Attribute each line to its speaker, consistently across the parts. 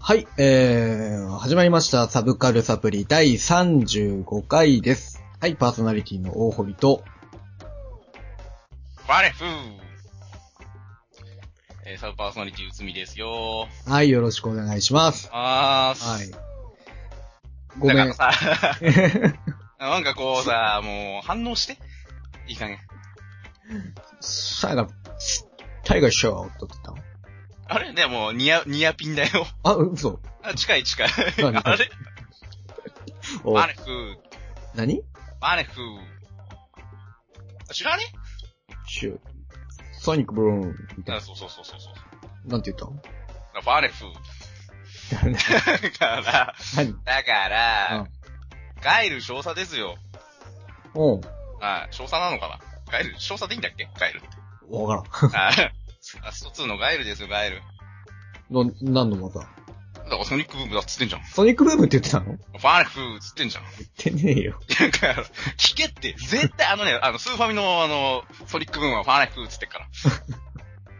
Speaker 1: はい、えー、始まりました。サブカルサプリ第35回です。はい、パーソナリティの大堀と、
Speaker 2: 我ふー。えーサブパーソナリティ、うつみですよ
Speaker 1: はい、よろしくお願いします。
Speaker 2: あー
Speaker 1: はい
Speaker 2: す。。
Speaker 1: ごめん。
Speaker 2: だからさ、 なんかこうさ、もう反応して。いい加減。
Speaker 1: 最後、タイガーショーって言ってたの
Speaker 2: あれでも、ニア、ニアピンだよ。
Speaker 1: あ、嘘。
Speaker 2: あ、近い近い。
Speaker 1: 何
Speaker 2: あれ
Speaker 1: お
Speaker 2: 我ふー。
Speaker 1: 何
Speaker 2: 我ふー。あ知らね
Speaker 1: シュー。ソニックブローンみたい
Speaker 2: あそうそうそうそうそう。
Speaker 1: な。なんて言ったの
Speaker 2: 我ふー。 だから、
Speaker 1: 何
Speaker 2: だから、
Speaker 1: うん
Speaker 2: ガイル少佐ですよ。
Speaker 1: お
Speaker 2: あ、少佐なのかなガイル、少佐でいいんだっけガイ ル。
Speaker 1: うん。わか
Speaker 2: あ、ラスト2のガエルですよ、ガエル。
Speaker 1: らん。な、何の技
Speaker 2: だからソニックブームだっつってんじゃん。
Speaker 1: ソニックブームって言ってたの
Speaker 2: ファーレフーっつってんじゃん。
Speaker 1: 言ってねえよ。
Speaker 2: だから、聞けって、絶対あのね、あの、スーファミのあの、ソニックブームはファーレフーっつってっから。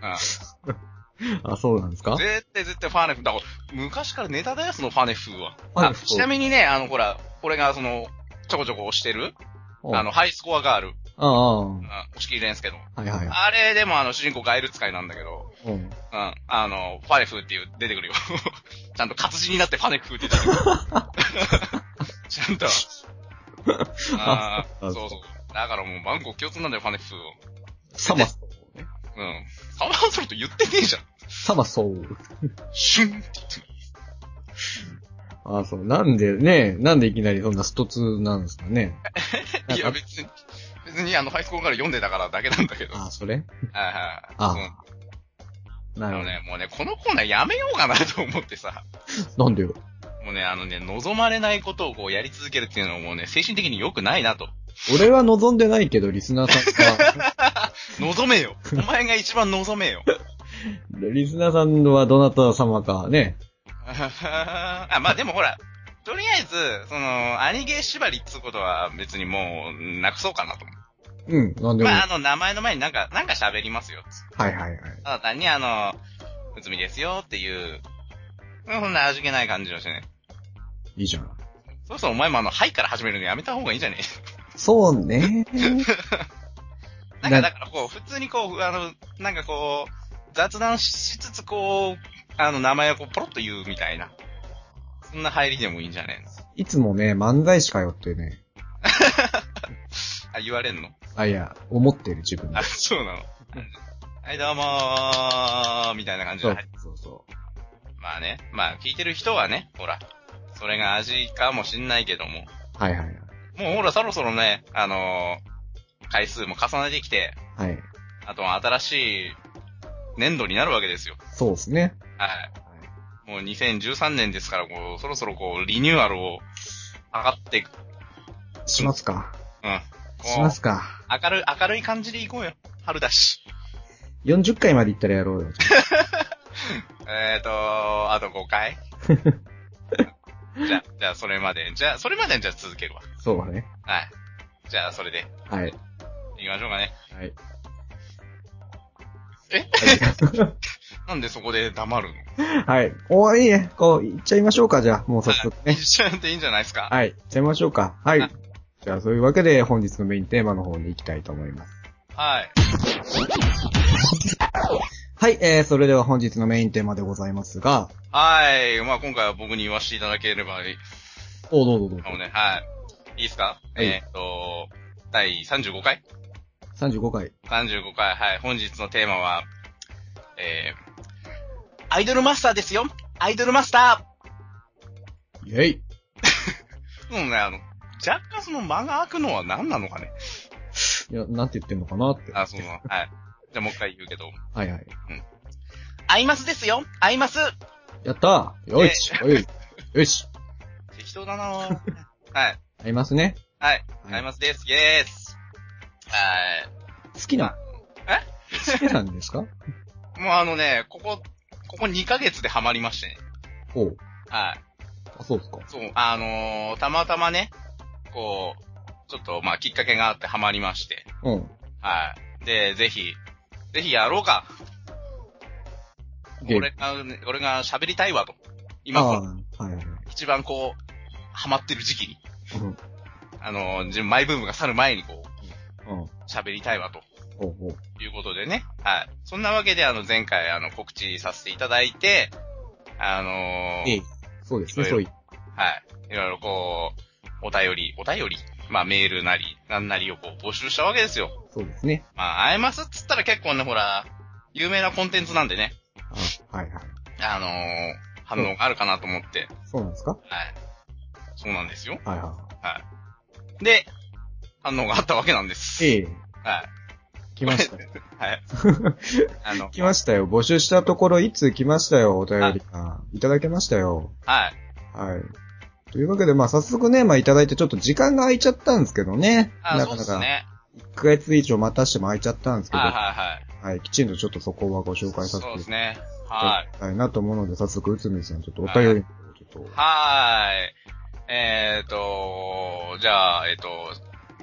Speaker 2: うん
Speaker 1: あ、そうなんですか
Speaker 2: 絶対絶対ファーレフー。だから、昔からネタだよ、そのファーレフーは。
Speaker 1: ファーレ
Speaker 2: あ
Speaker 1: フー
Speaker 2: ちなみにね、あの、ほら、俺がその、ちょこちょこ押してる、あの、、ハイスコアガール、
Speaker 1: ああ、
Speaker 2: うん、
Speaker 1: は
Speaker 2: 押し切りなんですけど。
Speaker 1: いはいはい。
Speaker 2: あれでもあの、主人公ガエル使いなんだけど、
Speaker 1: うん。
Speaker 2: うん。あの、ファネフーっていう、出てくるよ。 ちゃんと活字になってファネフーって出 てくる。ちゃんと。ああ、そうそう。だからもう万国共通なんだよ、ファネフーを。
Speaker 1: サマソウね。
Speaker 2: うん。サマーソルト言ってねえじゃん。
Speaker 1: サマソウ。
Speaker 2: シュンって
Speaker 1: あ、そう。なんでね、なんでいきなりそんなスト2なんですかね。
Speaker 2: 言って。
Speaker 1: な
Speaker 2: いや、
Speaker 1: んか
Speaker 2: 別に、別にあの、ハイスコーから読んでたからだけなんだけど。はい
Speaker 1: あ、それ
Speaker 2: はい。
Speaker 1: あ
Speaker 2: うん
Speaker 1: な
Speaker 2: あ
Speaker 1: るほ
Speaker 2: のね、もうね、このコーナーやめようかなと思ってさ。
Speaker 1: ど。なんでよ。
Speaker 2: もうね、あのね、望まれないことをこうやり続けるっていうのはもうね、精神的に良くないなと。
Speaker 1: 俺は望んでないけど、リスナーさんが、
Speaker 2: 望めよ。お前が一番望めよ。
Speaker 1: リスナーさんはどなた様かね。
Speaker 2: あ、まあでもほら、とりあえず、その、アニゲー縛りっつうことは別にもう、なくそうかなと思
Speaker 1: うん、なん
Speaker 2: う。
Speaker 1: でも。
Speaker 2: まあ
Speaker 1: は
Speaker 2: あの、名前の前になんか、なんか喋りますよっつ。
Speaker 1: いはいはい。
Speaker 2: ただ単にあの、うつみですよっていう、そんな味気ない感じをしてね。
Speaker 1: いいじゃん。
Speaker 2: そろそろお前もあの、はいから始めるのやめた方がいいんじゃね
Speaker 1: そう ね。
Speaker 2: なんかだからこう、普通にこう、あの、なんかこう、雑談しつつこう、あの、名前をこう、ポロッと言うみたいな。そんな入りでもいいんじゃね
Speaker 1: いつもね、漫才師かよってね。
Speaker 2: あ、言われんの
Speaker 1: あ、いや、思ってる自分で
Speaker 2: あ、。そうなの。はい、どうもー、みたいな感じで
Speaker 1: そう
Speaker 2: 入って。
Speaker 1: そうそう。
Speaker 2: まあね、まあ聞いてる人はね、ほら、それが味かもしんないけども、
Speaker 1: はいはい
Speaker 2: もうほら、そろそろね、あのー回数も重ねてきて、
Speaker 1: はい。はい。
Speaker 2: あとは新しい年度になるわけですよ。
Speaker 1: そうですね。
Speaker 2: はい。もう2013年ですから、こう、そろそろこう、リニューアルを上がっていく。
Speaker 1: しますか。
Speaker 2: うん。
Speaker 1: し
Speaker 2: こ
Speaker 1: ま
Speaker 2: う、
Speaker 1: すか。
Speaker 2: 明るい、明るい感じでいこうよ。春だし。
Speaker 1: 40回まで行ったらやろ うよ。
Speaker 2: えーと、あと5回じゃあ、じゃあそれまで、じゃあそれまでじゃあ続けるわ。
Speaker 1: そうだね。
Speaker 2: はい。じゃあそれで、
Speaker 1: はい。
Speaker 2: 行きましょうかね。
Speaker 1: はい。
Speaker 2: えなんでそこで黙るの
Speaker 1: はい。おーいいね。こう、行っちゃいましょうか、じゃあ。もう早速ね
Speaker 2: いっ。ちゃっていいんじゃないですか
Speaker 1: はい。行っちゃいましょうか。は
Speaker 2: はい
Speaker 1: い。じゃあ、そういうわけで、本日のメインテーマの方に行きたいと思います。
Speaker 2: はい。
Speaker 1: はい。えー、それでは本日のメインテーマでございますが、
Speaker 2: はい。まあ今回は僕に言わせていただければいい
Speaker 1: おどうぞどうぞ
Speaker 2: か。もね。はい。いいですか、
Speaker 1: はい
Speaker 2: えーっと、第35回
Speaker 1: 35回。
Speaker 2: ?35 回。はい。本日のテーマは、えー、アイドルマスターですよアイドルマスター
Speaker 1: イェイ。
Speaker 2: もうね、あの、若干その間が空くのは何なのかね。
Speaker 1: いや、なんて言ってんのかなって。
Speaker 2: あ、そうなの。はい。じゃあもう一回言うけど。
Speaker 1: はいはい。
Speaker 2: アイマスですよアイマス
Speaker 1: やったーよし、おいよし
Speaker 2: 適当だなぁ。 はい。
Speaker 1: ありますね。
Speaker 2: はい。アイ
Speaker 1: す。
Speaker 2: マスです。イエース。はい。
Speaker 1: 好きな、
Speaker 2: え
Speaker 1: 好きなん ですか
Speaker 2: もうあのね、ここ、ここ2ヶ月でハマりましてね。
Speaker 1: ほう。
Speaker 2: はい。
Speaker 1: あ、そうですか。
Speaker 2: そう、あのーたまたまね、こう、ちょっとまあきっかけがあってハマりまして。
Speaker 1: うん。
Speaker 2: はい。で、ぜひ、ぜひやろうか。
Speaker 1: ゲーム
Speaker 2: 俺が、俺が喋りたいわと。今、
Speaker 1: あ
Speaker 2: こ
Speaker 1: あ
Speaker 2: の
Speaker 1: ー、はいはいはい。
Speaker 2: 一番こう、ハマってる時期に、
Speaker 1: うん。うん。
Speaker 2: あのー、自分マイブームが去る前にこう、
Speaker 1: ほ
Speaker 2: 喋りたいわと。
Speaker 1: うほう。
Speaker 2: いうことでね。はい。そんなわけで、あの、前回、あの、告知させていただいて、あのー
Speaker 1: ええ。そうですね、
Speaker 2: い
Speaker 1: そ
Speaker 2: ろ
Speaker 1: う
Speaker 2: い
Speaker 1: い
Speaker 2: はい。いろいろこう、お便り、お便り、まあ、メールなり、なんなりをこう、募集したわけですよ。
Speaker 1: そうですね。
Speaker 2: まあ、会えますっつったら結構ね、ほら、有名なコンテンツなんでね、
Speaker 1: あはいはい。
Speaker 2: あのー反応があるかなと思って、
Speaker 1: そうなんですか
Speaker 2: はい。そうなんですよ。
Speaker 1: はいは
Speaker 2: で、反応があったわけなんです。
Speaker 1: い。ええ。
Speaker 2: はい。
Speaker 1: 来ましたよ。
Speaker 2: はい。あの、
Speaker 1: 来ましたよ。募集したところ、いつ来ましたよ、お便りが。いただけましたよ。
Speaker 2: はい。
Speaker 1: はい。というわけで、まあ、早速ね、まあ、いただいてちょっと時間が空いちゃったんですけどね。
Speaker 2: あ、
Speaker 1: な
Speaker 2: そ
Speaker 1: か
Speaker 2: うで
Speaker 1: な
Speaker 2: す
Speaker 1: か、
Speaker 2: ね。
Speaker 1: 1ヶ月以上待たしても空いちゃったんですけど、
Speaker 2: はい
Speaker 1: は
Speaker 2: はいはい。
Speaker 1: い、きちんとちょっとそこはご紹介させ
Speaker 2: そうで
Speaker 1: てい
Speaker 2: すね。
Speaker 1: ただ
Speaker 2: はい。
Speaker 1: きたいなと思うので、早速、内海さん、ちょっとお便りの方をちょっと。
Speaker 2: はーい。えっ、ー、と、じゃあ、えっ、と、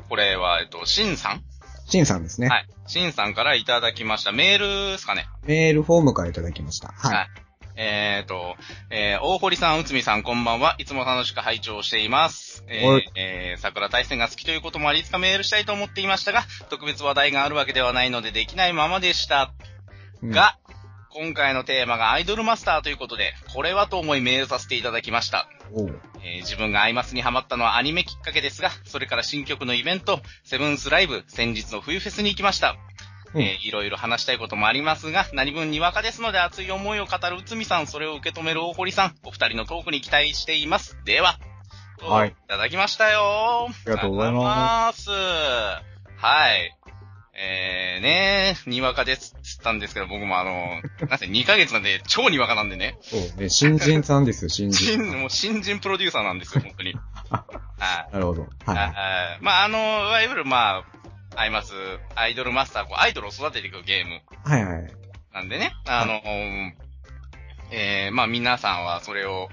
Speaker 2: これは、えっ、と、シンさん
Speaker 1: シンさんですね。
Speaker 2: はい。シンさんからいただきました。メールですかね。
Speaker 1: メールフォームからいただきました。はい。
Speaker 2: えっ、ー、と、えー、大堀さん、内海さん、こんばんは。いつも楽しく拝聴しています。えー
Speaker 1: はい
Speaker 2: えー桜大戦が好きということもあり、いつかメールしたいと思っていましたが、特別話題があるわけではないので、できないままでした。
Speaker 1: うん、
Speaker 2: が、今回のテーマがアイドルマスターということで、これはと思いメールさせていただきました。
Speaker 1: おう
Speaker 2: えー自分がアイマスにハマったのはアニメきっかけですが、それから新曲のイベント、セブンスライブ、先日の冬フェスに行きました。
Speaker 1: うん
Speaker 2: えーいろいろ話したいこともありますが、何分にわかですので熱い思いを語る内海さん、それを受け止める大堀さん、お二人のトークに期待しています。では、
Speaker 1: はい
Speaker 2: いただきましたよ。あ。
Speaker 1: りがとうございます
Speaker 2: はい。えー、ねにわかですっつったんですけど、僕もあ の、なんせ2ヶ月なんで、超にわかなんでね。
Speaker 1: そうね、新人さんですよ、新人
Speaker 2: 新
Speaker 1: さん。
Speaker 2: もう新人プロデューサーなんですよ、本 当に。はい
Speaker 1: なるほど。はい。
Speaker 2: はい。まあ、あの、いわゆる、まあ、アイマス、アイドルマスター、こうアイドルを育てていくゲーム
Speaker 1: はいはい。
Speaker 2: なんでね、あの、えー、まあ、皆さんはそれを、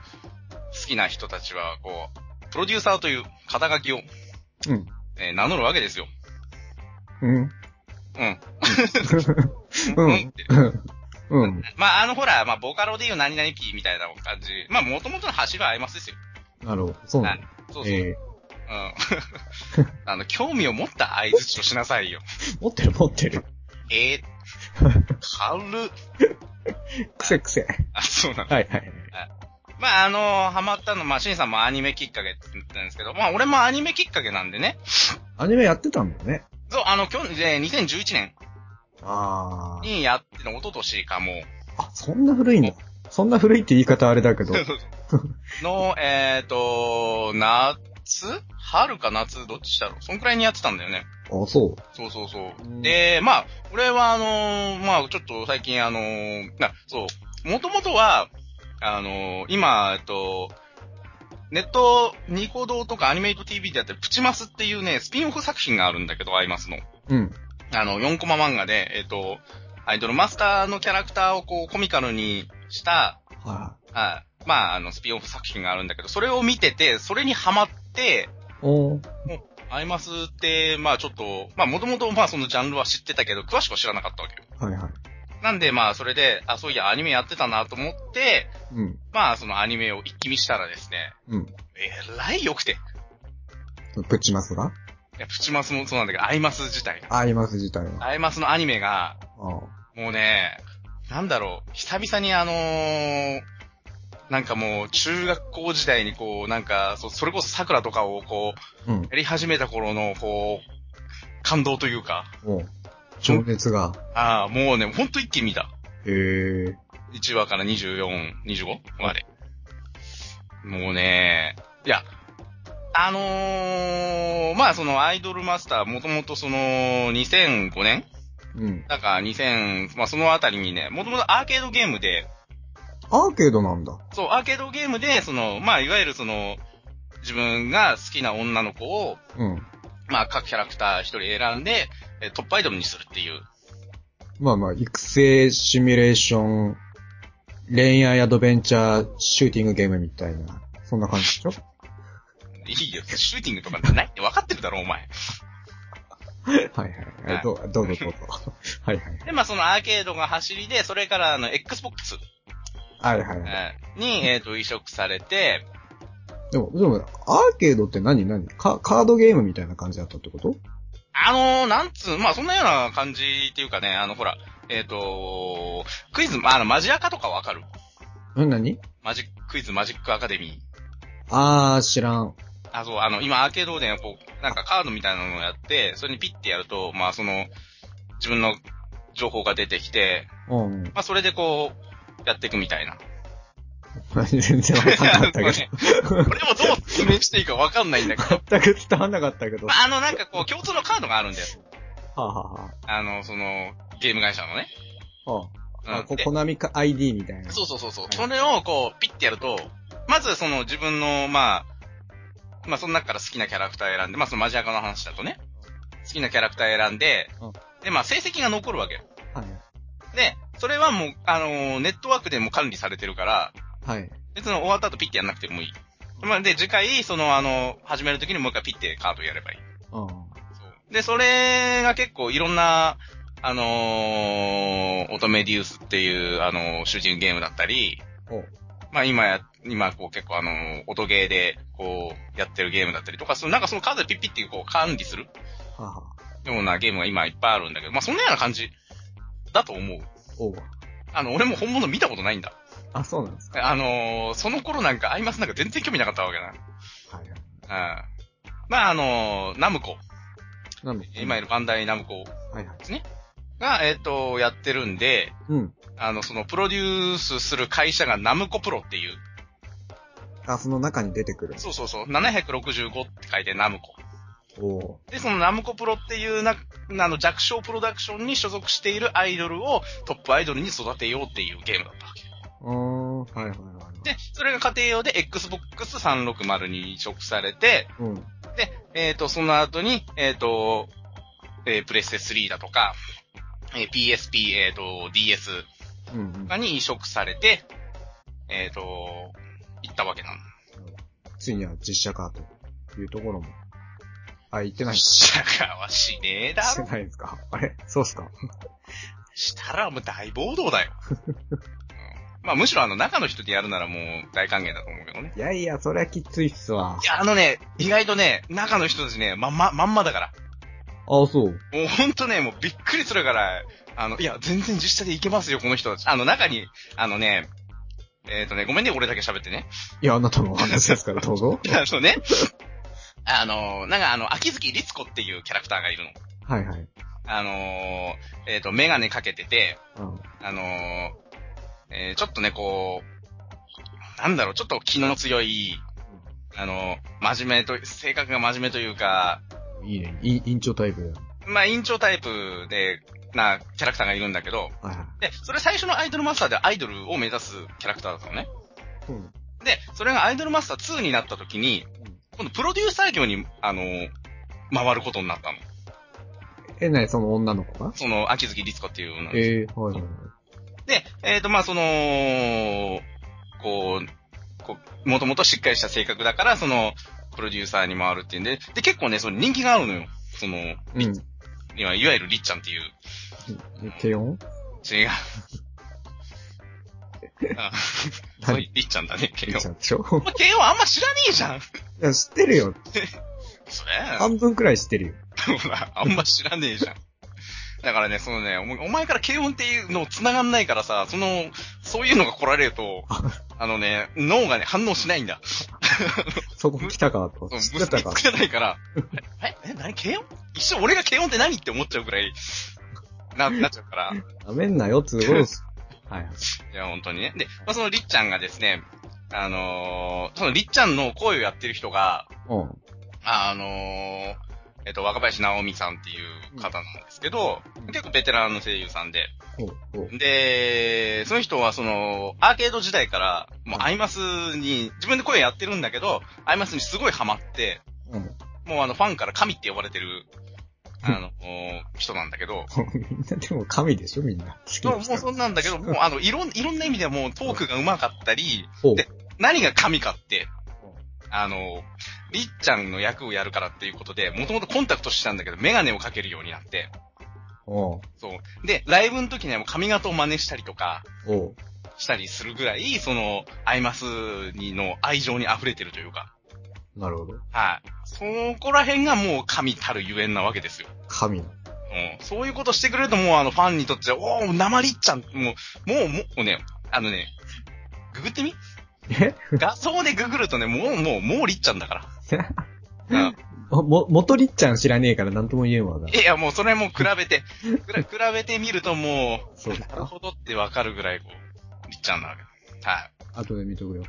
Speaker 2: 好きな人たちは、こう、プロデューサーという肩書きを、
Speaker 1: うん。
Speaker 2: えー名乗るわけですよ。
Speaker 1: うん。
Speaker 2: うん。
Speaker 1: う
Speaker 2: うん
Speaker 1: ん。うん。
Speaker 2: まあ、あの、ほら、まあ、ボカロでいう何々キーみたいな感じ。まあ、もともとの走りはアイマスですよ。
Speaker 1: なるほど。そうな
Speaker 2: は
Speaker 1: ん
Speaker 2: い
Speaker 1: だ。
Speaker 2: そうそう。
Speaker 1: え
Speaker 2: うん。 あの、興味を持った相槌をしなさいよ。
Speaker 1: ー持ってる持ってる。
Speaker 2: え ー、軽っ。
Speaker 1: くせくせ。
Speaker 2: あ、そうなんだ。
Speaker 1: はいはい。
Speaker 2: まあ、あのハマったの、まあ、シンさんもアニメきっかけって言ったんですけど、まあ、俺もアニメきっかけなんでね。
Speaker 1: アニメやってたんだよね。
Speaker 2: そう、あの、去年、えー2011年
Speaker 1: あー。
Speaker 2: にやっての、一昨年かも
Speaker 1: あ、そんな古いんだ。そんな古いって言い方あれだけど。
Speaker 2: う。の、えっ、と、夏春か夏どっちだろうそんくらいにやってたんだよね。
Speaker 1: あ、そう。
Speaker 2: そうそうそう。
Speaker 1: うん
Speaker 2: で、まあ、俺はあのーまあ、ちょっと最近あのーな、そう、もともとは、あのー今、えっと、ネット、ニコ動とかアニメイト TV でやってるプチマスっていうね、スピンオフ作品があるんだけど、アイマスの。
Speaker 1: うん。
Speaker 2: あの、4コマ漫画で、えっと、アイドルマスターのキャラクターをこう、コミカルにした、
Speaker 1: は
Speaker 2: あまあ、あの、スピンオフ作品があるんだけど、それを見てて、それにハマって、
Speaker 1: い。おー。
Speaker 2: アイマスって、まあちょっと、まあもともとまあそのジャンルは知ってたけど、詳しくは知らなかったわけよ。
Speaker 1: はいはい。
Speaker 2: なんでまあそれで、あ、そういやアニメやってたなと思って、
Speaker 1: うん。
Speaker 2: まあそのアニメを一気見したらですね、
Speaker 1: うん。
Speaker 2: えらい良くて。
Speaker 1: プッチマスが
Speaker 2: いや、プチマスもそうなんだけど、アイマス自体が。
Speaker 1: アイマス自体は。
Speaker 2: アイマスのアニメが、
Speaker 1: あー
Speaker 2: もうね、なんだろう、久々にあのーなんかもう中学校時代にこう、なんか、そそれこそ桜とかをこう、
Speaker 1: うん。
Speaker 2: やり始めた頃のこう、感動というか、
Speaker 1: もう、情熱が。
Speaker 2: ああ、もうね、ほんと一気に見た。
Speaker 1: へー。
Speaker 2: 1話から24、25まで。もうね、いや、あのー、まあそのアイドルマスター、もともとその2005年
Speaker 1: うん。
Speaker 2: だから2000、まあそのあたりにね、もともとアーケードゲームで、
Speaker 1: アーケードなんだ。
Speaker 2: そう、アーケードゲームで、その、まあいわゆるその、自分が好きな女の子を、
Speaker 1: うん。
Speaker 2: まあ各キャラクター一人選んで、えトップアイドルにするっていう
Speaker 1: まあまあ、育成シミュレーション、恋愛アドベンチャーシューティングゲームみたいな、そんな感じでしょ
Speaker 2: いいよ、シューティングとかないって分かってるだろ、お前。
Speaker 1: はいはい。は
Speaker 2: は
Speaker 1: いい、どうどうぞどうぞ。 はいはい。
Speaker 2: で、まあそのアーケードが走りで、それからあの、Xbox
Speaker 1: はいはいはい。
Speaker 2: えーに、えっ、と、移植されて、
Speaker 1: でも、でも、アーケードって何何カカードゲームみたいな感じだったってこと
Speaker 2: あのー、なんつう、まあそんなような感じっていうかね、あの、ほら、えっ、とクイズ、まああの、マジアカとかわかる
Speaker 1: ん何
Speaker 2: マジック、クイズマジックアカデミー。
Speaker 1: あー、知らん。
Speaker 2: あ、そう、あの、今アーケードで、こう、なんかカードみたいなのをやって、それにピッてやると、まあその、自分の情報が出てきて、
Speaker 1: うん。
Speaker 2: まあそれでこう、やっていくみたいな。
Speaker 1: 全然わかんなかったけ
Speaker 2: もうねこれもどう説明していいかわかんないんだけど。
Speaker 1: ど。全く伝わんなかったけど。
Speaker 2: ま
Speaker 1: は
Speaker 2: あ、あの、なんかこう、共通のカードがあるんだよ。
Speaker 1: あ、は
Speaker 2: あの、その、ゲーム会社のね。
Speaker 1: あはあ、あ
Speaker 2: うん
Speaker 1: あこ
Speaker 2: で
Speaker 1: コナミか ID みたいな。
Speaker 2: そうそうそうそう。それをこう、ピッてやると、まずその自分の、まあ、まあその中から好きなキャラクター選んで、まあそのマジアカの話だとね、好きなキャラクター選んで
Speaker 1: うん、
Speaker 2: で、まあ成績が残るわけよ。
Speaker 1: はい。
Speaker 2: で、それはもう、あのーネットワークでも管理されてるから、
Speaker 1: はい。
Speaker 2: 別に終わった後ピッてやんなくてもいい。まあで、次回、その、あの、始めるときにもう一回ピッてカードやればいい。
Speaker 1: うん。
Speaker 2: そうで、それが結構いろんな、あのー、乙女デュースっていう、あのー、主人ゲームだったり、
Speaker 1: お
Speaker 2: まあ今や、今こう結構あのー、音ゲーでこうやってるゲームだったりとか、そのなんかそのカードでピッピッてこう管理する
Speaker 1: はあ、はあ、
Speaker 2: ようなゲームが今いっぱいあるんだけど、まあそんなような感じだと思う。
Speaker 1: お
Speaker 2: あの、俺も本物見たことないんだ。
Speaker 1: あ、そうなんですか。
Speaker 2: あのー、その頃なんかアイマスなんか全然興味なかったわけだ。
Speaker 1: はいはい。
Speaker 2: うん。まああのー、ナムコ、
Speaker 1: なんで
Speaker 2: 今いるバンダイナムコ
Speaker 1: はいはい。
Speaker 2: が、えっ、と、やってるんで、
Speaker 1: うん。
Speaker 2: あの、そのプロデュースする会社がナムコプロっていう、
Speaker 1: あ、その中に出てくる。
Speaker 2: そうそうそう、765って書いてナムコ。
Speaker 1: お
Speaker 2: で、そのナムコプロっていうな、あの弱小プロダクションに所属しているアイドルをトップアイドルに育てようっていうゲームだったわけ。
Speaker 1: うーん。はいはいはい。
Speaker 2: で、それが家庭用で Xbox360 に移植されて、
Speaker 1: うん。
Speaker 2: で、えっ、と、その後に、えっ、と、えープレステ3だとか、えー PSP、えっ、と、DS
Speaker 1: うん、うん
Speaker 2: と。かに移植されて、えっ、と、行ったわけなの。
Speaker 1: ついには実写化というところも。あ、言ってない。し
Speaker 2: 社会はしねえだ
Speaker 1: て
Speaker 2: ろ。
Speaker 1: ないですかあれそうっすか
Speaker 2: したらもう大暴動だよ。うんまあむしろあの中の人でやるならもう大歓迎だと思うけどね。
Speaker 1: いやいや、そりゃきついっすわ
Speaker 2: い。や、あのね、意外とね、中の人たちね、まんま、まんまだから。
Speaker 1: あ、そう。
Speaker 2: もうほんとね、もうびっくりするから、あの、いや、全然実写でいけますよ、この人たち。あの中に、あのね、えっ、とね、ごめんね、俺だけ喋ってね。
Speaker 1: いや、あなたのお話ですから、どうぞ。
Speaker 2: あのね、あの、なんかあの、秋月律子っていうキャラクターがいるの。
Speaker 1: はいはい。
Speaker 2: あのー、えっ、と、メガネかけてて、
Speaker 1: うん。
Speaker 2: あのーえーちょっとね、こう、なんだろう、ちょっと気の強い、あのー真面目と、性格が真面目というか、
Speaker 1: いいね。い委員長タイプだよ。
Speaker 2: まあ、委員長タイプで、な、キャラクターがいるんだけど、
Speaker 1: はいはい。
Speaker 2: で、それ最初のアイドルマスターでアイドルを目指すキャラクターだったのね。
Speaker 1: うん。
Speaker 2: で、それがアイドルマスター2になった時に、今度プロデューサー業に、あのー回ることになったの。
Speaker 1: え、なに、その女の子が
Speaker 2: その、秋月律子っていう女の子
Speaker 1: えー、はいはいはい。
Speaker 2: で、えっ、と、まあ、その、こう、こう、もともとしっかりした性格だから、その、プロデューサーに回るっていうんで、で、結構ね、その人気があるのよ。その、
Speaker 1: うん。
Speaker 2: いわいわゆるりっちゃんっていう、
Speaker 1: 低音
Speaker 2: 違う。あ そう
Speaker 1: はい
Speaker 2: りっちゃんだね、ケイ
Speaker 1: い
Speaker 2: オ
Speaker 1: いちゃんでしょ
Speaker 2: お前ケイオあんま知らねえじゃん。
Speaker 1: いや、知ってるよ。
Speaker 2: そ
Speaker 1: 半分くらい知ってるよ。
Speaker 2: れ、ほら、 あんま知らねえじゃん。だからね、そのね、お前お前から軽音っていうの繋がんないからさ、その、そういうのが来られる と、あのね、脳がね、反応しないんだ。
Speaker 1: そこ来たかと。
Speaker 2: そう、
Speaker 1: 知
Speaker 2: 結
Speaker 1: ってた
Speaker 2: び
Speaker 1: か
Speaker 2: つ。けない から、え、え、何、軽音一瞬俺が軽音って何って思っちゃうくらい、な、なっちゃうから。い
Speaker 1: なめんなよ、つうことです。はいはい。
Speaker 2: や、本当にね。で、まあ、そのりっちゃんがですね、あのーそのりっちゃんの声をやってる人が、
Speaker 1: うん。
Speaker 2: あのーえっと、若林直美さんっていう方なんですけど、
Speaker 1: うん
Speaker 2: 結構ベテランの声優さんで。
Speaker 1: ほうほう。
Speaker 2: で、その人はその、アーケード時代から、もう
Speaker 1: うん
Speaker 2: アイマスに、自分で声やってるんだけど、アイマスにすごいハマって、
Speaker 1: うん。
Speaker 2: もうあの、ファンから神って呼ばれてるあの、人なんだけど、
Speaker 1: みんなでも神でしょみんな。好き
Speaker 2: も
Speaker 1: な
Speaker 2: うもうそ
Speaker 1: 人。
Speaker 2: んなんだけど、もうあの、いろん、いろんな意味でもうトークが上手かったり、
Speaker 1: おう
Speaker 2: で何が神かって、あの、りっちゃんの役をやるからっていうことで、もともとコンタクトしてたんだけど、メガネをかけるようになって、
Speaker 1: おう
Speaker 2: そう。で、ライブの時にはもう髪型を真似したりとか、
Speaker 1: おう
Speaker 2: したりするぐらい、その、アイマスにの愛情に溢れてるというか、
Speaker 1: なるほど。
Speaker 2: はい。そこら辺がもう神たるゆえんなわけですよ。
Speaker 1: 神 なの。
Speaker 2: うん。そういうことしてくれるともうあのファンにとって、おー、生りっちゃん、もう、もう、もうね、あのね、ググってみ
Speaker 1: え
Speaker 2: 画像でググるとね、もう、もう、もうりっちゃんだから。うん
Speaker 1: も、も元りっちゃん知らねえから何とも言えんわな。
Speaker 2: いや、もうそれも比べて、くら比べてみるとも
Speaker 1: そう
Speaker 2: う、
Speaker 1: だ
Speaker 2: なるほどってわかるぐらい、こう、りっちゃんなわけ。はい。
Speaker 1: 後で見とくよ。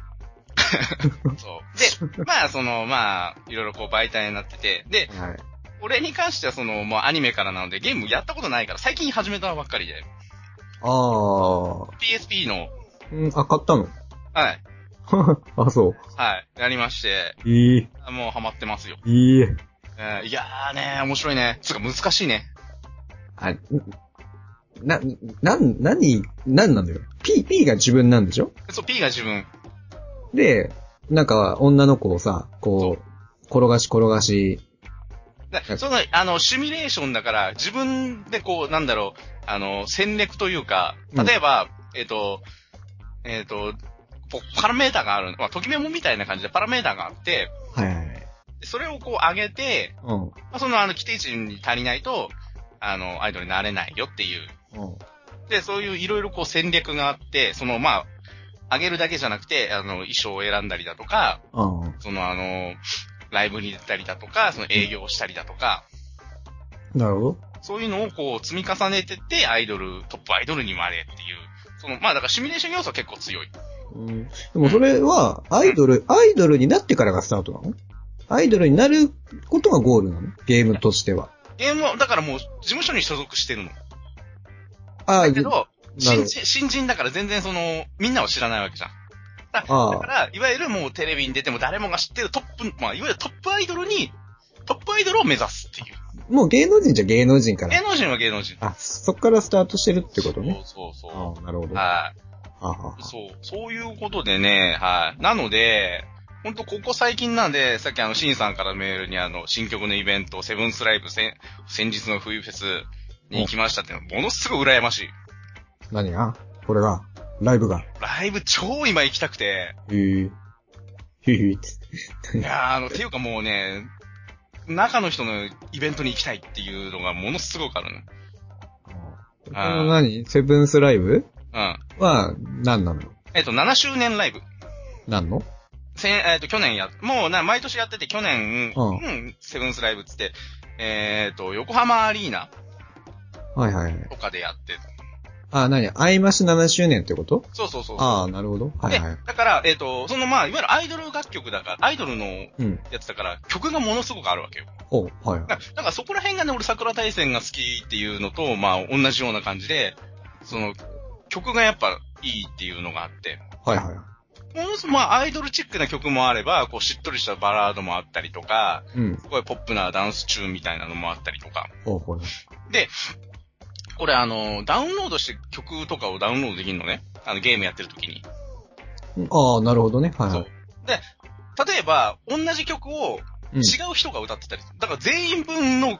Speaker 2: そう。で、まあ、その、まあ、いろいろこう媒体になってて、で、
Speaker 1: はい。
Speaker 2: 俺に関してはその、もうアニメからなので、ゲームやったことないから、最近始めたばっかりで、
Speaker 1: あ
Speaker 2: PSP の、
Speaker 1: ー。うん、あ、買ったの
Speaker 2: はい、
Speaker 1: あ、そう。
Speaker 2: はい、やりまして、
Speaker 1: いい、
Speaker 2: もうハマってますよ。
Speaker 1: いい。
Speaker 2: えーいやーね、面白いね。つうか難しいね。
Speaker 1: あ、な、な、なに、なんなんだよ。P、P が自分なんでしょ
Speaker 2: そう、P が自分。
Speaker 1: で、なんか女の子をさ、こう、転がし転がし、
Speaker 2: でその、あの、シミュレーションだから、自分でこう、なんだろう、あの、戦略というか、
Speaker 1: うん
Speaker 2: 例えば、えっ、と、えっ、と、こうパラメーターがある、まあ、ときメモみたいな感じでパラメーターがあって、
Speaker 1: はいはいはい。
Speaker 2: でそれをこう上げて、
Speaker 1: うん。うん。
Speaker 2: まあそのあの規定値に足りないと、あの、アイドルになれないよっていう。で、そういういろいろこう戦略があって、そのまあ、上げるだけじゃなくて、あの、衣装を選んだりだとか、
Speaker 1: うん。
Speaker 2: そのあの、ライブに出たりだとか、その営業をしたりだとか、
Speaker 1: なるほど。
Speaker 2: そういうのをこう積み重ねてって、アイドル、トップアイドルにまでっていう。その、まあだからシミュレーション要素は結構強い。
Speaker 1: うん。でもそれは、アイドル、アイドルになってからがスタートなのアイドルになることがゴールなのゲームとしては。
Speaker 2: ゲームは、だからもう事務所に所属してるの。
Speaker 1: ああ、
Speaker 2: だけど、
Speaker 1: なる
Speaker 2: 新人、新人だから全然その、みんなを知らないわけじゃん。だ
Speaker 1: ああ
Speaker 2: だから、いわゆるもうテレビに出ても誰もが知ってるトップ、まあ、いわゆるトップアイドルに、トップアイドルを目指すっていう。
Speaker 1: もう芸能人じゃ芸能人か
Speaker 2: 芸
Speaker 1: ら。
Speaker 2: 能人は芸能人。
Speaker 1: あ、そっからスタートしてるってことね。
Speaker 2: そうそう
Speaker 1: あ
Speaker 2: そ
Speaker 1: あ、なるほ
Speaker 2: う。
Speaker 1: ど。あ
Speaker 2: はい。
Speaker 1: あ、
Speaker 2: そう、そういうことでね、はい。なので、ほんとここ最近なんで、さっきあの、シンさんからメールにあの、新曲のイベント、セブンスライブ、せん先日の冬フェスに行きましたっていうのは、ものすごい羨ましい。
Speaker 1: 何がこれが、ライブが。
Speaker 2: ライブ超今行きたくて、
Speaker 1: へえ。へえ、へ
Speaker 2: いやー、あの、ていうかもうね、中の人のイベントに行きたいっていうのがものすごくあるの。
Speaker 1: この何セブンスライブ
Speaker 2: うん。
Speaker 1: は、何なの
Speaker 2: えっと、7周年ライブ。
Speaker 1: 何の
Speaker 2: せんえっと、去年や、もうな、毎年やってて、去年、
Speaker 1: うん
Speaker 2: うん、セブンスライブっつって、えっと、横浜アリーナ
Speaker 1: はいはいはい。
Speaker 2: とかでやって、
Speaker 1: あ、何アイマス7周年ってこと
Speaker 2: そうそうそうそう。
Speaker 1: ああ、なるほど。はい
Speaker 2: で
Speaker 1: はい。、
Speaker 2: だから、えっ、と、そのまあ、いわゆるアイドル楽曲だから、アイドルの
Speaker 1: うん。
Speaker 2: やつだから、曲がものすごくあるわけよ。
Speaker 1: お、はいはい。
Speaker 2: だからなんかそこら辺がね、俺桜大戦が好きっていうのと、まあ同じような感じで、その、曲がやっぱいいっていうのがあって、
Speaker 1: はいはい。
Speaker 2: ものすごくまあアイドルチックな曲もあれば、こうしっとりしたバラードもあったりとか、
Speaker 1: うん。
Speaker 2: すごいポップなダンスチューンみたいなのもあったりとか、
Speaker 1: お、これ。
Speaker 2: これあの、ダウンロードして曲とかをダウンロードできるのね。あのゲームやってる時に。
Speaker 1: うんああ、なるほどね。はい
Speaker 2: そ
Speaker 1: は
Speaker 2: う
Speaker 1: い。。
Speaker 2: で、例えば、同じ曲を
Speaker 1: うん
Speaker 2: 違う人が歌ってたりする。だから全員分の、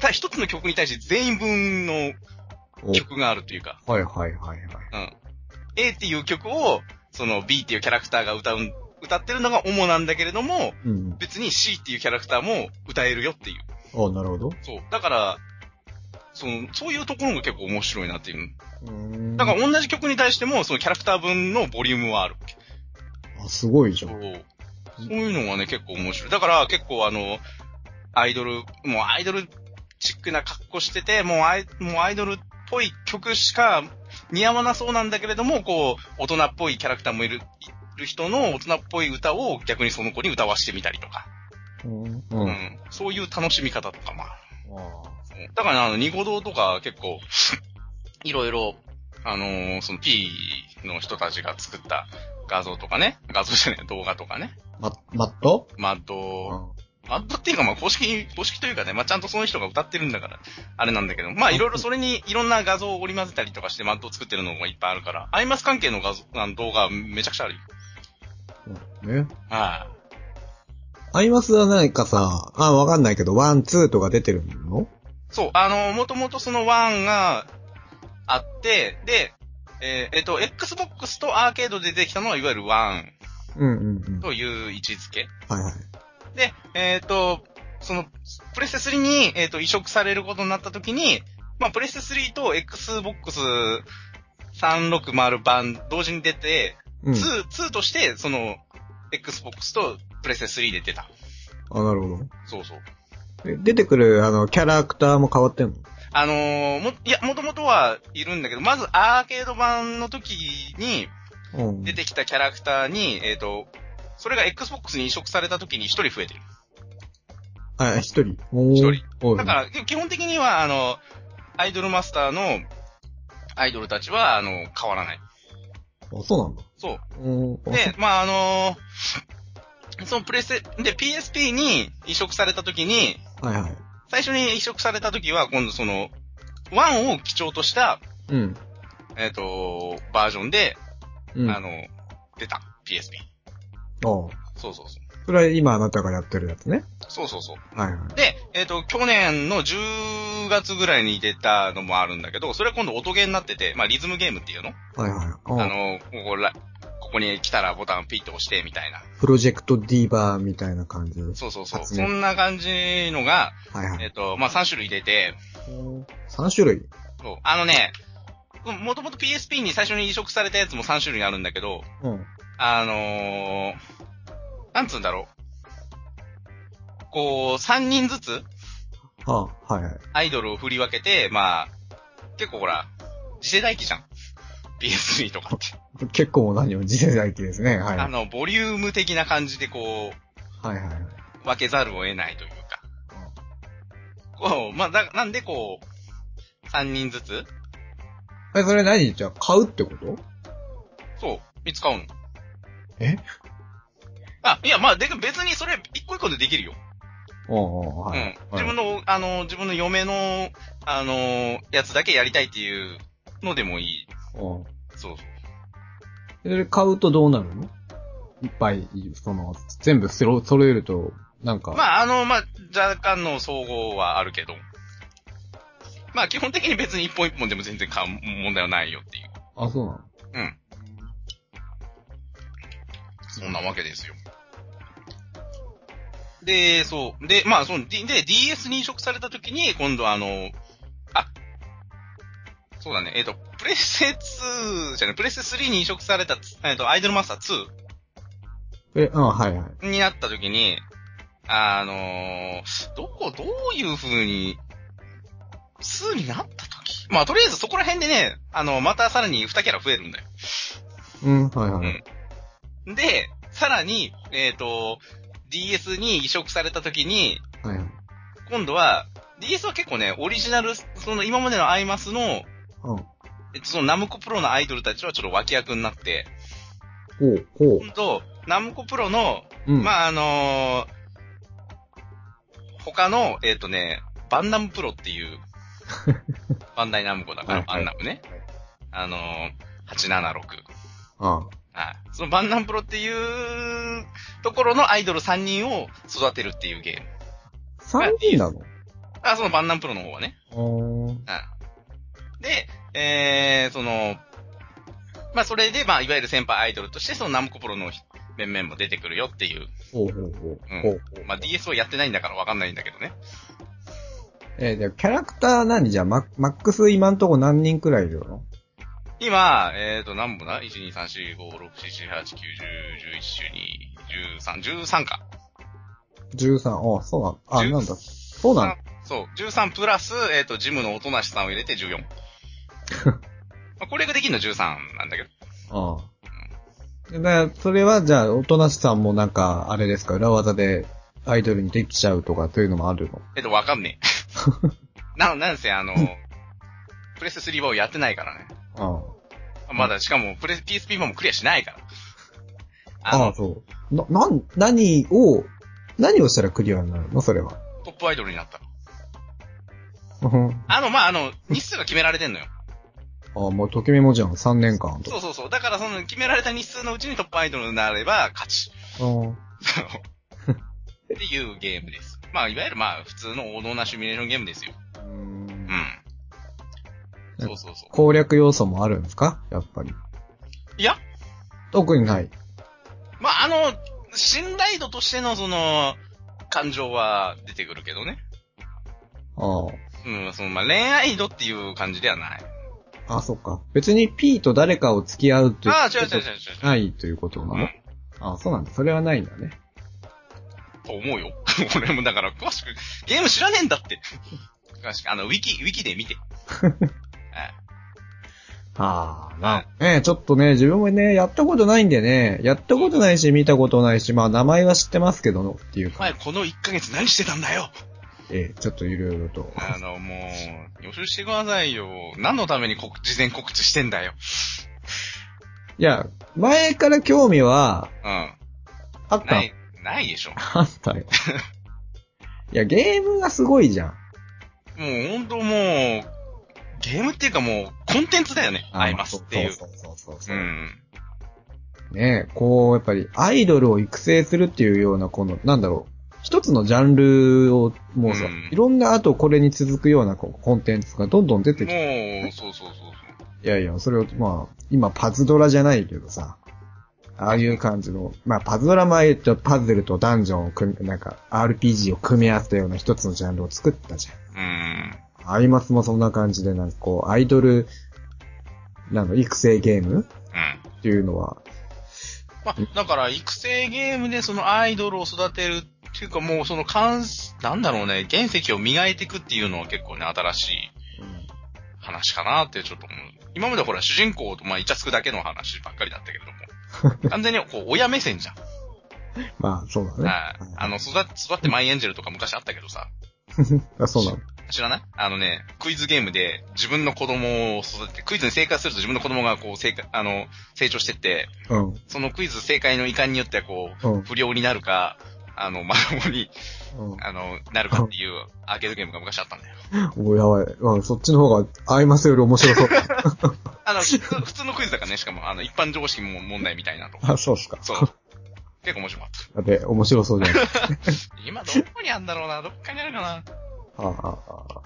Speaker 2: た一つの曲に対して全員分の
Speaker 1: お
Speaker 2: 曲があるというか、
Speaker 1: はいはいはいはい。
Speaker 2: うん。A っていう曲を、その B っていうキャラクターが歌う、歌ってるのが主なんだけれども、
Speaker 1: うん。
Speaker 2: 別に C っていうキャラクターも歌えるよっていう。
Speaker 1: お、なるほど。
Speaker 2: そう。だから、その、そういうところが結構面白いなっていう。
Speaker 1: うーん。
Speaker 2: だから同じ曲に対しても、そのキャラクター分のボリュームはある。
Speaker 1: あ、すごいじ
Speaker 2: そ
Speaker 1: ゃん。
Speaker 2: う。そういうのがね、結構面白い。だから結構あの、アイドル、もうアイドルチックな格好してて、もうアイもうアイドルっぽい曲しか似合わなそうなんだけれども、こう、大人っぽいキャラクターもいる、いる人の大人っぽい歌を逆にその子に歌わしてみたりとか、
Speaker 1: うん。
Speaker 2: う。
Speaker 1: うんん。
Speaker 2: そういう楽しみ方とかもある。
Speaker 1: あ
Speaker 2: うんだからねあの、ニコ動とか結構、 いろいろ、あのーその P の人たちが作った画像とかね、画像じゃない、動画とかね、
Speaker 1: ーママット
Speaker 2: マッド
Speaker 1: うん。
Speaker 2: バンドっていうか、まあ、公式、公式というかね、まあ、ちゃんとその人が歌ってるんだから、あれなんだけど、まあ、いろいろそれに、いろんな画像を織り混ぜたりとかして、マッドを作ってるのがいっぱいあるから、アイマス関係の画像、あの動画、めちゃくちゃあるよ。
Speaker 1: ね。
Speaker 2: は
Speaker 1: アイマスは何かさ、あ、わかんないけど、ワン、ツーとか出てるの
Speaker 2: い。そう、あの、もともとその1があって、で、えーえっ、と、Xbox とアーケードで出てきたのは、いわゆる1
Speaker 1: うんうんうん。
Speaker 2: という位置づけ。
Speaker 1: はいはい。
Speaker 2: で、えっ、と、その、プレステ3に、えっ、と、移植されることになった時に、まあ、プレステ3と Xbox 360版同時に出て、
Speaker 1: うん。
Speaker 2: 2、2として、その、Xbox とプレステ3で出た。
Speaker 1: あ、なるほど
Speaker 2: そうそう。。
Speaker 1: え出てくる、あの、キャラクターも変わってんの
Speaker 2: あのーも、いや、もともとはいるんだけど、まずアーケード版の時に
Speaker 1: うん。
Speaker 2: 出てきたキャラクターに、えっ、と、それが Xbox に移植された時に一人増えてる。
Speaker 1: はい、一人。おー
Speaker 2: 一人。
Speaker 1: おい
Speaker 2: だから、基本的には、あの、アイドルマスターのアイドルたちは、あの、変わらない。
Speaker 1: あ、そうなんだ。
Speaker 2: そ
Speaker 1: おー
Speaker 2: う。
Speaker 1: あ
Speaker 2: で、まあ、あのそのプレステ、で、PSP に移植された時に、
Speaker 1: そうはいはい。
Speaker 2: 最初に移植された時は、今度その、1を基調とした、
Speaker 1: うん。
Speaker 2: えっ、と、バージョンで、
Speaker 1: うん。
Speaker 2: あ
Speaker 1: あ
Speaker 2: の、出た。PSP。
Speaker 1: あ。
Speaker 2: そうそうそう。
Speaker 1: それは今あなたがやってるやつね。
Speaker 2: そうそうそう。
Speaker 1: はいはい。
Speaker 2: で、えっ、と、去年の10月ぐらいに出たのもあるんだけど、それは今度音ゲーになってて、まあ、リズムゲームっていうの
Speaker 1: はいはい。
Speaker 2: あ
Speaker 1: あ
Speaker 2: の、ここら、ここに来たらボタンピッと押してみたいな。
Speaker 1: プロジェクトディーバーみたいな感じです。
Speaker 2: そうそうそう。
Speaker 1: 発
Speaker 2: そ
Speaker 1: 明
Speaker 2: んな感じのが、
Speaker 1: はいは
Speaker 2: えっ、
Speaker 1: い。
Speaker 2: と、まあ、3種類出て、
Speaker 1: 3種類。
Speaker 2: そうあのね、もともと PSP に最初に移植されたやつも3種類あるんだけど、
Speaker 1: うん。
Speaker 2: あのー、なんつうんだろう。こう、3人ずつ
Speaker 1: ああ、はいはい。
Speaker 2: アイドルを振り分けて、まあ、結構ほら、次世代機じゃん。PSP とかって。
Speaker 1: 結構何も次世代機ですね。はい。は
Speaker 2: あ
Speaker 1: い
Speaker 2: の、ボリューム的な感じでこう、
Speaker 1: はいはい。
Speaker 2: 分けざるを得ないというか。こう、まあ、だ、なんでこう、三人ずつ
Speaker 1: え、それ何じゃあ買うってこと
Speaker 2: そう、見つかうの。
Speaker 1: え
Speaker 2: あ、いや、まあ、で、別にそれ、一個一個でできるよ。
Speaker 1: おうおうはい。
Speaker 2: うん。自分の、あの、自分の嫁の、あの、やつだけやりたいっていうのでもいい。
Speaker 1: おう
Speaker 2: そう。
Speaker 1: それ買うとどうなるのいっぱい、その、全部そろ揃えると、なんか、
Speaker 2: まあ、あの、まあ、若干の総合はあるけど。まあ、基本的に別に一本一本でも全然買う問題はないよっていう。
Speaker 1: あ、そうなの
Speaker 2: うん。そんなわけですよ。で、そう。で、まあ、その、D- で、DS に移植された時に、今度あの、あ、そうだね、えっ、と、プレステ2じゃね、プレステ3に移植された、えっ、と、アイドルマスター
Speaker 1: え、うん、はいはい。
Speaker 2: 2になった時に、あのーどこ、どういう風に、2になった時まあ、とりあえずそこら辺でね、あの、またさらに2キャラ増えるんだよ。
Speaker 1: うん、はいは
Speaker 2: うん
Speaker 1: い。
Speaker 2: で、さらに、えっ、と、DS に移植された時に、
Speaker 1: はいはい。
Speaker 2: 今度は、DS は結構ね、オリジナル、その今までのアイマスの、
Speaker 1: うん。
Speaker 2: えっと、そのナムコプロのアイドルたちはちょっと脇役になって、
Speaker 1: ほう、ほう。
Speaker 2: 今度、ナムコプロの、
Speaker 1: うん。あ、
Speaker 2: まあ、あのー他の、えっ、とね、バンナムプロっ ていう、バンダイナムコだから、
Speaker 1: はい
Speaker 2: バンナムね
Speaker 1: はい。
Speaker 2: あのー、876。
Speaker 1: あ
Speaker 2: はい。そのバンナンプロっていうところのアイドル3人を育てるっていうゲーム。
Speaker 1: 3D なの
Speaker 2: あ、そのバンナンプロの方はね。
Speaker 1: おー
Speaker 2: はい。で、えー、その、まあ、それで、まあ、いわゆる先輩アイドルとして、そのナムコプロの面々も出てくるよっていう。
Speaker 1: ほうほうほう。
Speaker 2: うん
Speaker 1: ほうほう
Speaker 2: まあ、DS をやってないんだからわかんないんだけどね。
Speaker 1: えーじゃあキャラクター何じゃあ、ママックス今んとこ何人くらいいるの
Speaker 2: 今、えーと、何本だ ?1、2、3、4、5、6、7、8、9、10、11、12、13、13か。
Speaker 1: ?13。あ、そうなの。あ、
Speaker 2: 10
Speaker 1: なんだ。そうなの。
Speaker 2: そう、13プラス、えっ、と、ジムの音なしさんを入れて14。まあこれができるの13なんだけど。
Speaker 1: ああ。でだからそれは、じゃあ、おとなしさんもなんか、あれですか、裏技でアイドルにできちゃうとか、というのもあるの
Speaker 2: えっ、と、わかんねえ。な、なんせ、あの、プレス3版をやってないからね。
Speaker 1: あ
Speaker 2: まだ、しかも、プレス、PSP 版もクリアしないから。
Speaker 1: あ。ああ、そう。な、なん、何を何をしたらクリアになるのそれは。
Speaker 2: トップアイドルになった。
Speaker 1: うん
Speaker 2: あの、まあ、あの、日数が決められてんのよ。
Speaker 1: あ、もうときめもじゃん。3年間と
Speaker 2: そうそうそう。だからその決められた日数のうちにトップアイドルになれば勝ち。
Speaker 1: うん
Speaker 2: そのっていうゲームです。まあ、いわゆるまあ、普通の王道なシミュレーションゲームですよ。うん。そうそうそう。
Speaker 1: 攻略要素もあるんですかやっぱり。
Speaker 2: いや、
Speaker 1: 特にない。
Speaker 2: まあ、あの、信頼度としてのその、感情は出てくるけどね。
Speaker 1: あ
Speaker 2: うん、その、まあ、恋愛度っていう感じではない。
Speaker 1: あ。あ、そっか。別に P と誰かを付き合うという
Speaker 2: ああ、違う違う違う違う。
Speaker 1: ないということなの、
Speaker 2: うん
Speaker 1: あそうなんだ。それはないんだね。
Speaker 2: と思うよ。 俺もだから詳しく、ゲーム知らねえんだって。詳しく、あの、ウィキ、ウィキで見て。
Speaker 1: ああ、なねちょっとね、自分もね、やったことないんでね、やったことないし、見たことないし、まあ名前は知ってますけどっていう
Speaker 2: お
Speaker 1: か
Speaker 2: 前、、この1ヶ月何してたんだよ
Speaker 1: ええちょっといろいろと。
Speaker 2: あの、もう、予習してくださいよ。何のために告事前告知してんだよ。
Speaker 1: いや、前から興味は
Speaker 2: うん。
Speaker 1: あった
Speaker 2: な。い、ないでしょ。
Speaker 1: あったよ。いや、ゲームがすごいじゃん。
Speaker 2: もう、ほんともう、ゲームっていうかもう、コンテンツだよね。アイマスっていう。
Speaker 1: そうそうそうそうう、
Speaker 2: ん。
Speaker 1: ねこう、やっぱりアイドルを育成するっていうような、この、なんだろう、一つのジャンルを、もうさ、
Speaker 2: うん
Speaker 1: いろんな後これに続くようなこうコンテンツがどんどん出てきて、
Speaker 2: もう、そうそうそうそう。
Speaker 1: いやいや、それを、まあ、今パズドラじゃないけどさ、ああいう感じの、まあ、パズドラ前とパズルとダンジョンを組み、なんか、RPG を組み合わせたような一つのジャンルを作ったじゃん。
Speaker 2: うん。
Speaker 1: アイマスもそんな感じで、なんかこう、アイドル、なんか育成ゲーム
Speaker 2: うん。
Speaker 1: っていうのは、
Speaker 2: まあ、だから、育成ゲームでそのアイドルを育てるっていうか、もうその関す、なんだろうね、原石を磨いていくっていうのは結構ね、新しい話かなってちょっと思う。今までほら、主人公とまあ、イチャつくだけの話ばっかりだったけれども。完全にこう、親目線じゃん。
Speaker 1: まあ、そうだね。
Speaker 2: はいあの、育、育ってマイエンジェルとか昔あったけどさ、
Speaker 1: あ、そうなの。
Speaker 2: 知らないあのね、クイズゲームで自分の子供を育てて、クイズに正解すると自分の子供がこう、成果あの、成長してって、
Speaker 1: うん。
Speaker 2: そのクイズ正解の遺憾によってはこう、
Speaker 1: うん。
Speaker 2: 不良になるか、あの、まともに、
Speaker 1: うん
Speaker 2: あの、なるかっていうアーケードゲームが昔あったんだよ。
Speaker 1: おやばい。あそっちの方が、アイマスより面白 そう。
Speaker 2: あの、普通普通のクイズだからね、しかも、あの、一般常識も問題みたいなと。
Speaker 1: あ、そうっすか。
Speaker 2: そう。結構面白かっ
Speaker 1: だって、面白そうじゃない。
Speaker 2: た。今どこにあんだろうな、どっかにあるかな。
Speaker 1: ああああ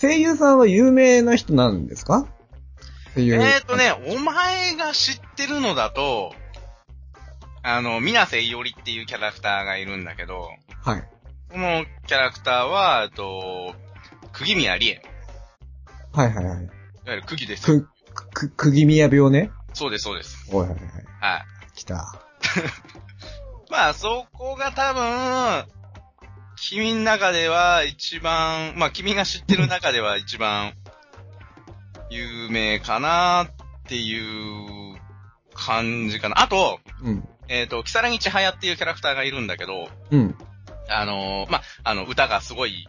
Speaker 1: 声優さんは有名な人なんですかっていう。
Speaker 2: えーと。ね、お前が知ってるのだと、あの、水瀬いおりっていうキャラクターがいるんだけど、
Speaker 1: はい。
Speaker 2: このキャラクターは、えっと、釘宮理恵。
Speaker 1: はいはいはい。
Speaker 2: いわゆる釘ですよ。
Speaker 1: く、く、くぎみや病ね。
Speaker 2: そうです、そうです。
Speaker 1: おいはいはい。
Speaker 2: はい。
Speaker 1: 来た。
Speaker 2: まあ、そこが多分、君の中では一番、まあ、君が知ってる中では一番、有名かなっていう感じかな。あと、
Speaker 1: うん。
Speaker 2: えっ、と、木更木千早っていうキャラクターがいるんだけど、
Speaker 1: うん。
Speaker 2: あのーまあ、あの、歌がすごい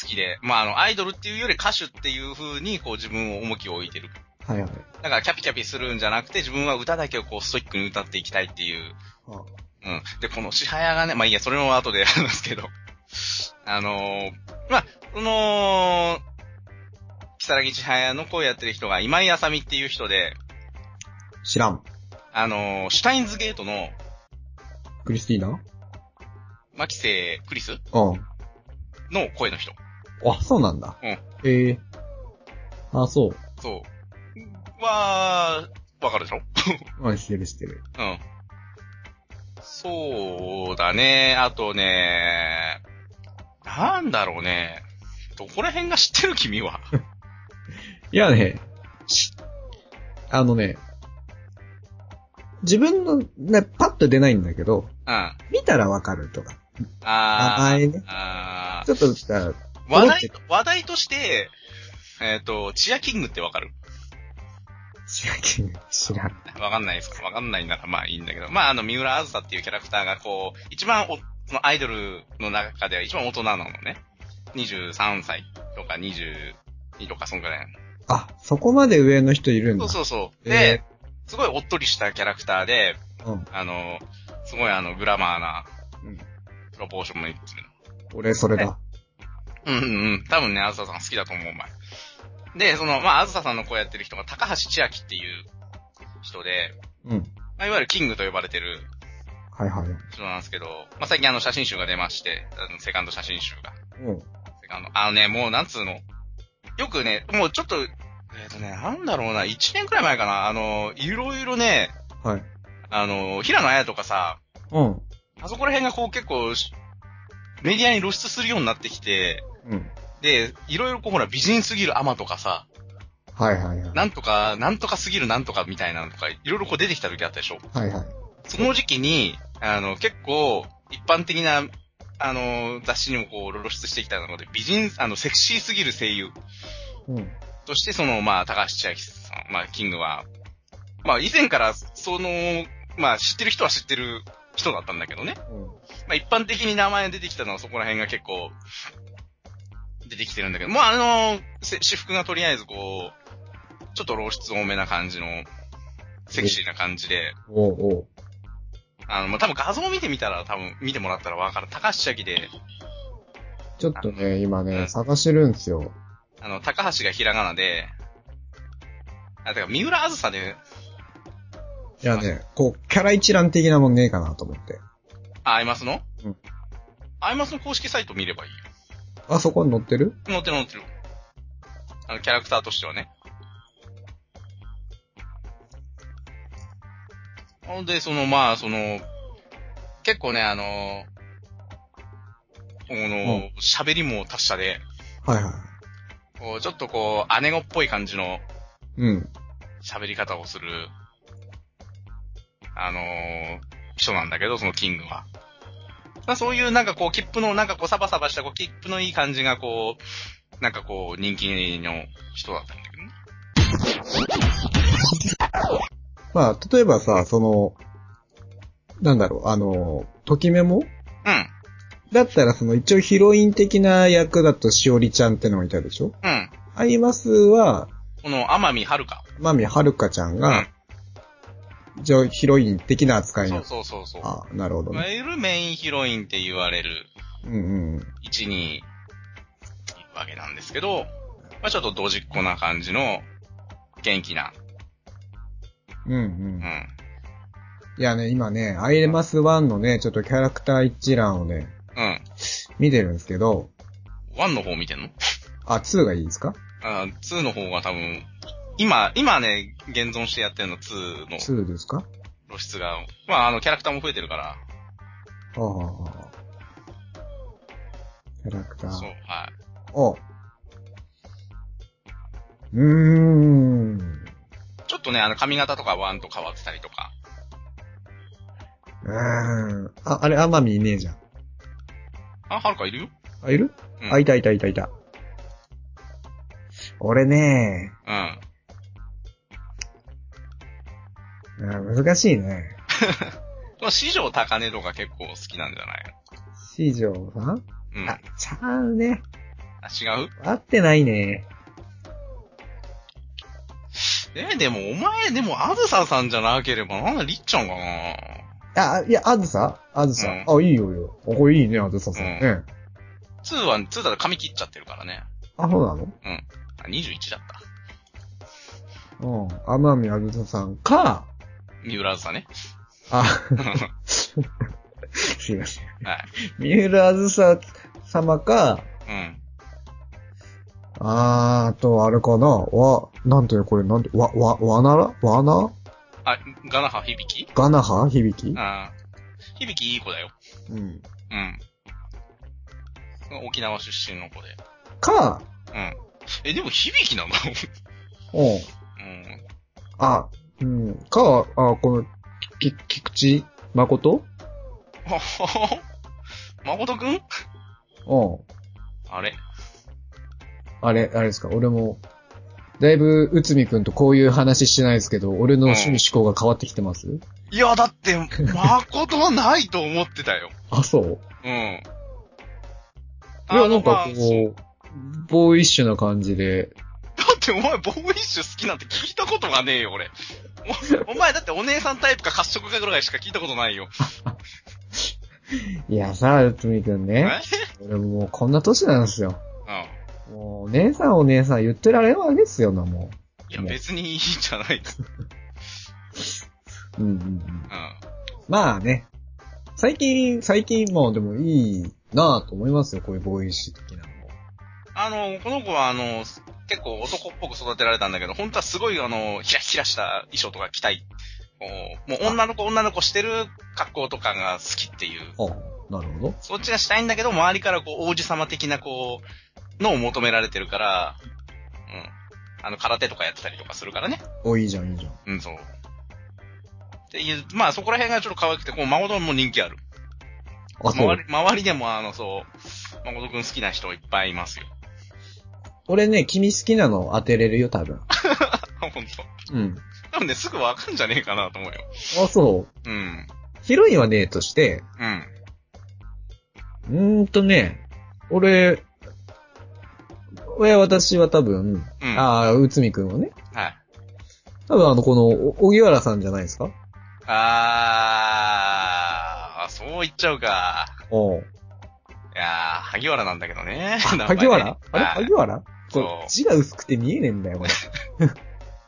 Speaker 2: 好きで、まあ、あの、アイドルっていうより歌手っていう風に、こう自分を重きを置いてる。
Speaker 1: はいはい。
Speaker 2: だからキャピキャピするんじゃなくて、自分は歌だけをこうストイックに歌っていきたいっていう
Speaker 1: あ
Speaker 2: うん。で、この支配屋がね、まあいいや、それも後で話すけど、あのー、まあ、その、木更木支配屋の声やってる人が今井あさみっていう人で、
Speaker 1: 知らん。
Speaker 2: あのー、シュタインズゲートの、
Speaker 1: クリスティーナ
Speaker 2: 牧瀬クリス
Speaker 1: うん。
Speaker 2: の声の人。
Speaker 1: あ、そうなんだ。
Speaker 2: うん
Speaker 1: ええあ、そう。
Speaker 2: そう。は、わかるでしょ
Speaker 1: うん、してるしてる。
Speaker 2: うん。そうだね。あとね、なんだろうね。どこら辺が知ってる君は。
Speaker 1: いやね、しあのね、自分の、ね、パッと出ないんだけど、
Speaker 2: うん。あ
Speaker 1: 見たらわかるとか。あ、あ
Speaker 2: あ
Speaker 1: れね。
Speaker 2: あー
Speaker 1: ちょっとしたら、
Speaker 2: 話
Speaker 1: 思って
Speaker 2: 題、話題として、えっ、と、チアキングってわかる
Speaker 1: 知らんけど知らん。
Speaker 2: わかんないですかわかんないならまあいいんだけど、まああの、三浦あずさっていうキャラクターがこう、一番お、そのアイドルの中では一番大人なのね。23歳とか22とか、そんぐらい。
Speaker 1: あ、そこまで上の人いるん
Speaker 2: そ
Speaker 1: だ。
Speaker 2: うそうそう。
Speaker 1: え
Speaker 2: で、すごいおっとりしたキャラクターで、
Speaker 1: うん
Speaker 2: あの、すごいあの、グラマーな、
Speaker 1: う
Speaker 2: プロポーションもいいっていうの。
Speaker 1: 俺、それだ。
Speaker 2: うんうんうん。多分ね、あずささん好きだと思う、お前。で、その、まあ、あずささんの声やってる人が高橋千秋っていう人で、
Speaker 1: うん。
Speaker 2: まあ、いわゆるキングと呼ばれてる
Speaker 1: はいはい。
Speaker 2: 人なんですけど、まあ、最近あの写真集が出まして、あのセカンド写真集が。
Speaker 1: うん。
Speaker 2: セカンドあのね、もうなんつうの。よくね、もうちょっと、えっ、とね、なんだろうな、1年くらい前かな、あの、いろいろね、
Speaker 1: はい。
Speaker 2: あの、平野綾とかさ、
Speaker 1: うん。
Speaker 2: あそこら辺がこう結構、メディアに露出するようになってきて、
Speaker 1: うん。
Speaker 2: で、いろいろこうほら、美人すぎるアマとかさ、
Speaker 1: はいはいはい。
Speaker 2: なんとか、なんとかすぎるなんとかみたいなのとか、いろいろこう出てきた時あったでしょ
Speaker 1: はいはい。
Speaker 2: その時期に、あの、結構、一般的な、あの、雑誌にもこう、露出してきたので、美人、あの、セクシーすぎる声優
Speaker 1: うん。
Speaker 2: として、その、まあ、高橋千秋さん、まあ、キングは、まあ、以前から、その、まあ、知ってる人は知ってる人だったんだけどね。まあ、一般的に名前出てきたのはそこら辺が結構、出てきてるんだけど、まあ、あの、せ私服がとりあえずこう、ちょっと露出多めな感じの、セクシーな感じで、
Speaker 1: うん。おうおう。
Speaker 2: あの、まあ、多分画像を見てみたら、多分見てもらったらわかる。高橋千秋で、
Speaker 1: ちょっとね、今
Speaker 2: う
Speaker 1: ね、
Speaker 2: ん
Speaker 1: 探してるんですよ。
Speaker 2: あの、高橋がひらがなで、あ、だから三浦あずさで、
Speaker 1: いやね、こう、キャラ一覧的なもんねえかなと思って。
Speaker 2: あ、アイマスの
Speaker 1: うん。
Speaker 2: アイマスの公式サイト見ればいいよ。
Speaker 1: あ、そこに載ってる
Speaker 2: 載ってる載ってる。あの、キャラクターとしてはね。なので、その、まあ、その、結構ね、あの、この、喋りも達者で、
Speaker 1: はいはい。
Speaker 2: こうちょっとこう、姉子っぽい感じの
Speaker 1: うん。
Speaker 2: 喋り方をする、あのー人なんだけど、そのキングは。まあ、そういうなんかこう、切符の、なんかこう、サバサバした、こう、切符のいい感じがこう、なんかこう、人気の人だったんだけどね。
Speaker 1: まあ、例えばさ、その、なんだろう、あの、ときめもだったら、その、一応ヒロイン的な役だと、しおりちゃんってのがいたでしょ
Speaker 2: うん、うん。
Speaker 1: アイマスは、
Speaker 2: この、天海遥か。
Speaker 1: まみはるかちゃん
Speaker 2: う
Speaker 1: が
Speaker 2: ん、。
Speaker 1: 一応ヒロイン的な扱い
Speaker 2: そ
Speaker 1: な
Speaker 2: うそうそうそう。
Speaker 1: あ、なるほど
Speaker 2: いわ
Speaker 1: ね。
Speaker 2: ゆるメインヒロインって言われる
Speaker 1: うんうんうん。
Speaker 2: 位置にいるわけなんですけど、まあ、ちょっとドジっ子な感じの、元気な。
Speaker 1: うんう。
Speaker 2: うんん。
Speaker 1: いやね、今ね、アイマス1のね、ちょっとキャラクター一覧をね、
Speaker 2: うん。
Speaker 1: 見てるんですけど、
Speaker 2: ワンの方見てんの
Speaker 1: あ、2がいいですか
Speaker 2: あー2の方が多分、今、今ね、現存してやってるの2の
Speaker 1: ?2 ですか
Speaker 2: 露出が、まああの、キャラクターも増えてるから、
Speaker 1: ああ。キャラクタ
Speaker 2: そう
Speaker 1: ー。、
Speaker 2: は
Speaker 1: おうーん。
Speaker 2: い。ちょっとね、あの、髪型とかワンと変わってたりとか、
Speaker 1: うーん。あ、あれ、アマミいねえじゃん。
Speaker 2: あ、はるかいるよ
Speaker 1: あ、いる、
Speaker 2: うん
Speaker 1: あ、いたいたいたいた。俺ね
Speaker 2: うん。
Speaker 1: うん難しいね。
Speaker 2: まあ、四条高根とか結構好きなんじゃない
Speaker 1: 四条さん
Speaker 2: うん。
Speaker 1: あ
Speaker 2: あ、、
Speaker 1: ちゃうね。
Speaker 2: 違う
Speaker 1: 合ってないね。
Speaker 2: え、でもお前、でも、あずささんじゃなければ、なんだ、りっちゃんかな
Speaker 1: あ、いや、あずさあずさ。あ、いいよいいよ。あ、これいいね、あずささん。
Speaker 2: うん
Speaker 1: ね。
Speaker 2: ?2 は、2だと髪切っちゃってるからね。
Speaker 1: あ、そうなの
Speaker 2: あ、21だった。
Speaker 1: うん。天海あずささんか、
Speaker 2: 三浦あず さね。
Speaker 1: あ、
Speaker 2: は
Speaker 1: すいません。
Speaker 2: い。
Speaker 1: 三浦あずさ様か、
Speaker 2: うん。
Speaker 1: あーと、あれかな、わ、なんていうのこれ、なんて、わ、わ、わならわな
Speaker 2: あ、ガナハ響き
Speaker 1: ガナハ響き
Speaker 2: あー響きいい子だよ。
Speaker 1: うん。
Speaker 2: うん。沖縄出身の子で。
Speaker 1: か、
Speaker 2: うん。え、でも響きなの
Speaker 1: うん。
Speaker 2: うん。
Speaker 1: あ、うん。か、あ、この、き、菊池誠
Speaker 2: ははは誠くん
Speaker 1: うん。
Speaker 2: あれ
Speaker 1: あれ、あれですか、俺も、だいぶ、内海くんとこういう話してないですけど、俺の趣味思考が変わってきてます、
Speaker 2: いや、だって、誠はないと思ってたよ。
Speaker 1: あ、そう
Speaker 2: うん。
Speaker 1: いや、なんか
Speaker 2: あのまあそう
Speaker 1: こう、ボーイッシュな感じで、
Speaker 2: だってお前、ボーイッシュ好きなんて聞いたことがねえよ、俺。 おお前だってお姉さんタイプか褐色かぐらいしか聞いたことないよ。
Speaker 1: いやさ、つみくん
Speaker 2: え
Speaker 1: ね。俺もうこんな歳なんですよ。
Speaker 2: うん。
Speaker 1: もう、姉さんお姉さん言ってられるわけですよな、も
Speaker 2: いや、別にいいんじゃないです。
Speaker 1: う。うんうんうん
Speaker 2: う。ん。
Speaker 1: まあね。最近、最近、もうでもいいなぁと思いますよ、こういうボーイッシュ的なのも。
Speaker 2: あの、この子は、あの、結構男っぽく育てられたんだけど、本当はすごい、あの、ひらひらした衣装とか着たい。おもう女の子、女の子してる格好とかが好きっていう。
Speaker 1: ああ、なるほど。
Speaker 2: そっちがしたいんだけど、周りからこう、王子様的な、こう、のを求められてるから、うん。あの、空手とかやってたりとかするからね。
Speaker 1: お、いいじゃん、いいじゃん。
Speaker 2: うん、そう。っていう、まあそこら辺がちょっと可愛くて、こう、孫ども人気ある。
Speaker 1: あ、そ
Speaker 2: 周
Speaker 1: う。
Speaker 2: り、周りでもあの、そう、誠くん好きな人いっぱいいますよ。
Speaker 1: 俺ね、君好きなの当てれるよ、多 分。
Speaker 2: ほんと。
Speaker 1: うん。
Speaker 2: 多分ね、すぐわかんじゃねえかなと思うよ。
Speaker 1: あ、そう。
Speaker 2: うん。
Speaker 1: ヒロインはねえとして、
Speaker 2: うん。
Speaker 1: うーんとね、俺、俺、私は多分、
Speaker 2: うん。
Speaker 1: ああ、内海くんはね、
Speaker 2: はい。
Speaker 1: 多分あの、この、お荻原さんじゃないですか
Speaker 2: あー、そう言っちゃうか。
Speaker 1: おう
Speaker 2: いやー、萩原なんだけどね。 名前ね
Speaker 1: 萩原あれ
Speaker 2: はい
Speaker 1: 萩原これ
Speaker 2: そ、う
Speaker 1: 字が薄くて見えねえんだよ、こ れ。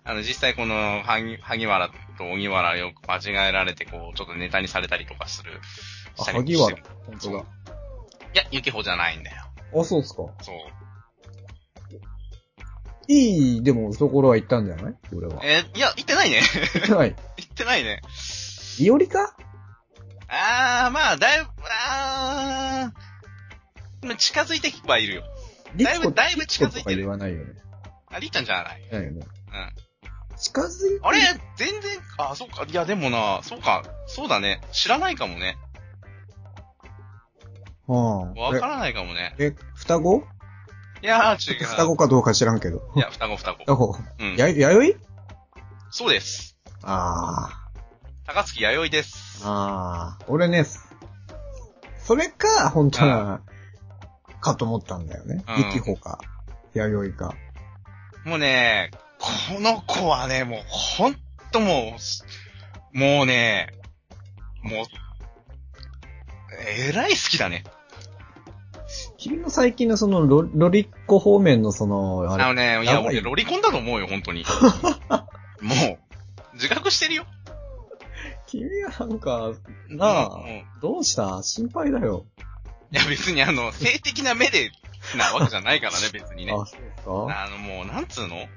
Speaker 2: あの、実際この、萩萩原と荻原よく間違えられて、こう、ちょっとネタにされたりとかする。
Speaker 1: あ
Speaker 2: したりもしてる
Speaker 1: 萩本当だ。
Speaker 2: いや、ゆきほじゃないんだよ。
Speaker 1: あ、そうっすか。
Speaker 2: そう。
Speaker 1: いい、でも、ところは行ったんじゃない俺は。
Speaker 2: えーいや、言ってないね。
Speaker 1: はい。
Speaker 2: 言ってないね。
Speaker 1: いおりか
Speaker 2: あー、まあ、だいぶ、あー、まあ近づいてきはいるよ。
Speaker 1: リ
Speaker 2: だいぶ、だいぶ近づ
Speaker 1: と
Speaker 2: い
Speaker 1: か
Speaker 2: て
Speaker 1: 言
Speaker 2: る。
Speaker 1: わないよね。
Speaker 2: あ、りっちゃんじゃない。
Speaker 1: ないよね。
Speaker 2: うん。
Speaker 1: 近づいて
Speaker 2: あれ全然、あ、そうか。いや、でもな、そうか。そうだね。知らないかもね。
Speaker 1: はあ。
Speaker 2: わからないかもね。
Speaker 1: え、え双子
Speaker 2: いやー、違う。
Speaker 1: 双子かどうか知らんけど。
Speaker 2: いや、双子、双子。
Speaker 1: 双子。
Speaker 2: うん。
Speaker 1: や、やよい
Speaker 2: そうです。
Speaker 1: あ
Speaker 2: 高槻弥生です
Speaker 1: あ。。ああ。俺ね、それか、本当は、かと思ったんだよね。
Speaker 2: うん
Speaker 1: ゆきほか、やよいか。
Speaker 2: もうね、この子はね、もう、ほんともう、もうね、もう、えらい好きだね。
Speaker 1: 君の最近のそのロ、ロリッコ方面のその、あ
Speaker 2: あ
Speaker 1: れ。
Speaker 2: のね、い
Speaker 1: や
Speaker 2: や、
Speaker 1: ばい
Speaker 2: 俺、ロリコンだと思うよ、本当に。もう、自覚してるよ。
Speaker 1: 君はなんか、な
Speaker 2: う
Speaker 1: あ
Speaker 2: ん、うん
Speaker 1: どうした心配だよ。
Speaker 2: いや、別にあの、性的な目で、なわけじゃないからね、別にね。
Speaker 1: あ、そうですか
Speaker 2: あの、もう、なんつうの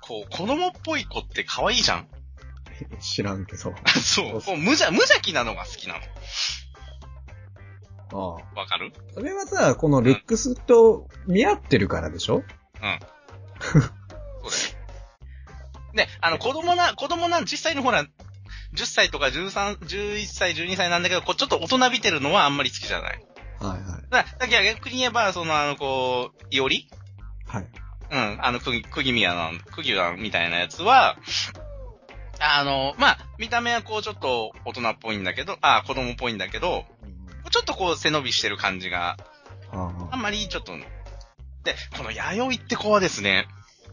Speaker 2: こう、子供っぽい子って可愛いじゃん。
Speaker 1: 知らんけど。
Speaker 2: あそう。こう無邪、無邪気なのが好きなの。
Speaker 1: ああ。
Speaker 2: わかる
Speaker 1: それはさ、このルックスと見合ってるからでしょ
Speaker 2: そうだよ。ね、あの、子供な、子供な、実際にほら、10歳とか13、11歳、12歳なんだけど、こう、ちょっと大人びてるのはあんまり好きじゃない。
Speaker 1: はいはい。
Speaker 2: だだから逆に言えば、その、あの、こう、いおり
Speaker 1: はい。
Speaker 2: うん、あの、くぎ、くぎみやなん、くぎやみたいなやつは、あの、まあ、見た目はこうちょっと大人っぽいんだけど、あ、子供っぽいんだけど、ちょっとこう背伸びしてる感じが
Speaker 1: あ
Speaker 2: あ
Speaker 1: あ。
Speaker 2: んまりちょっと、で、この弥生って子はですね、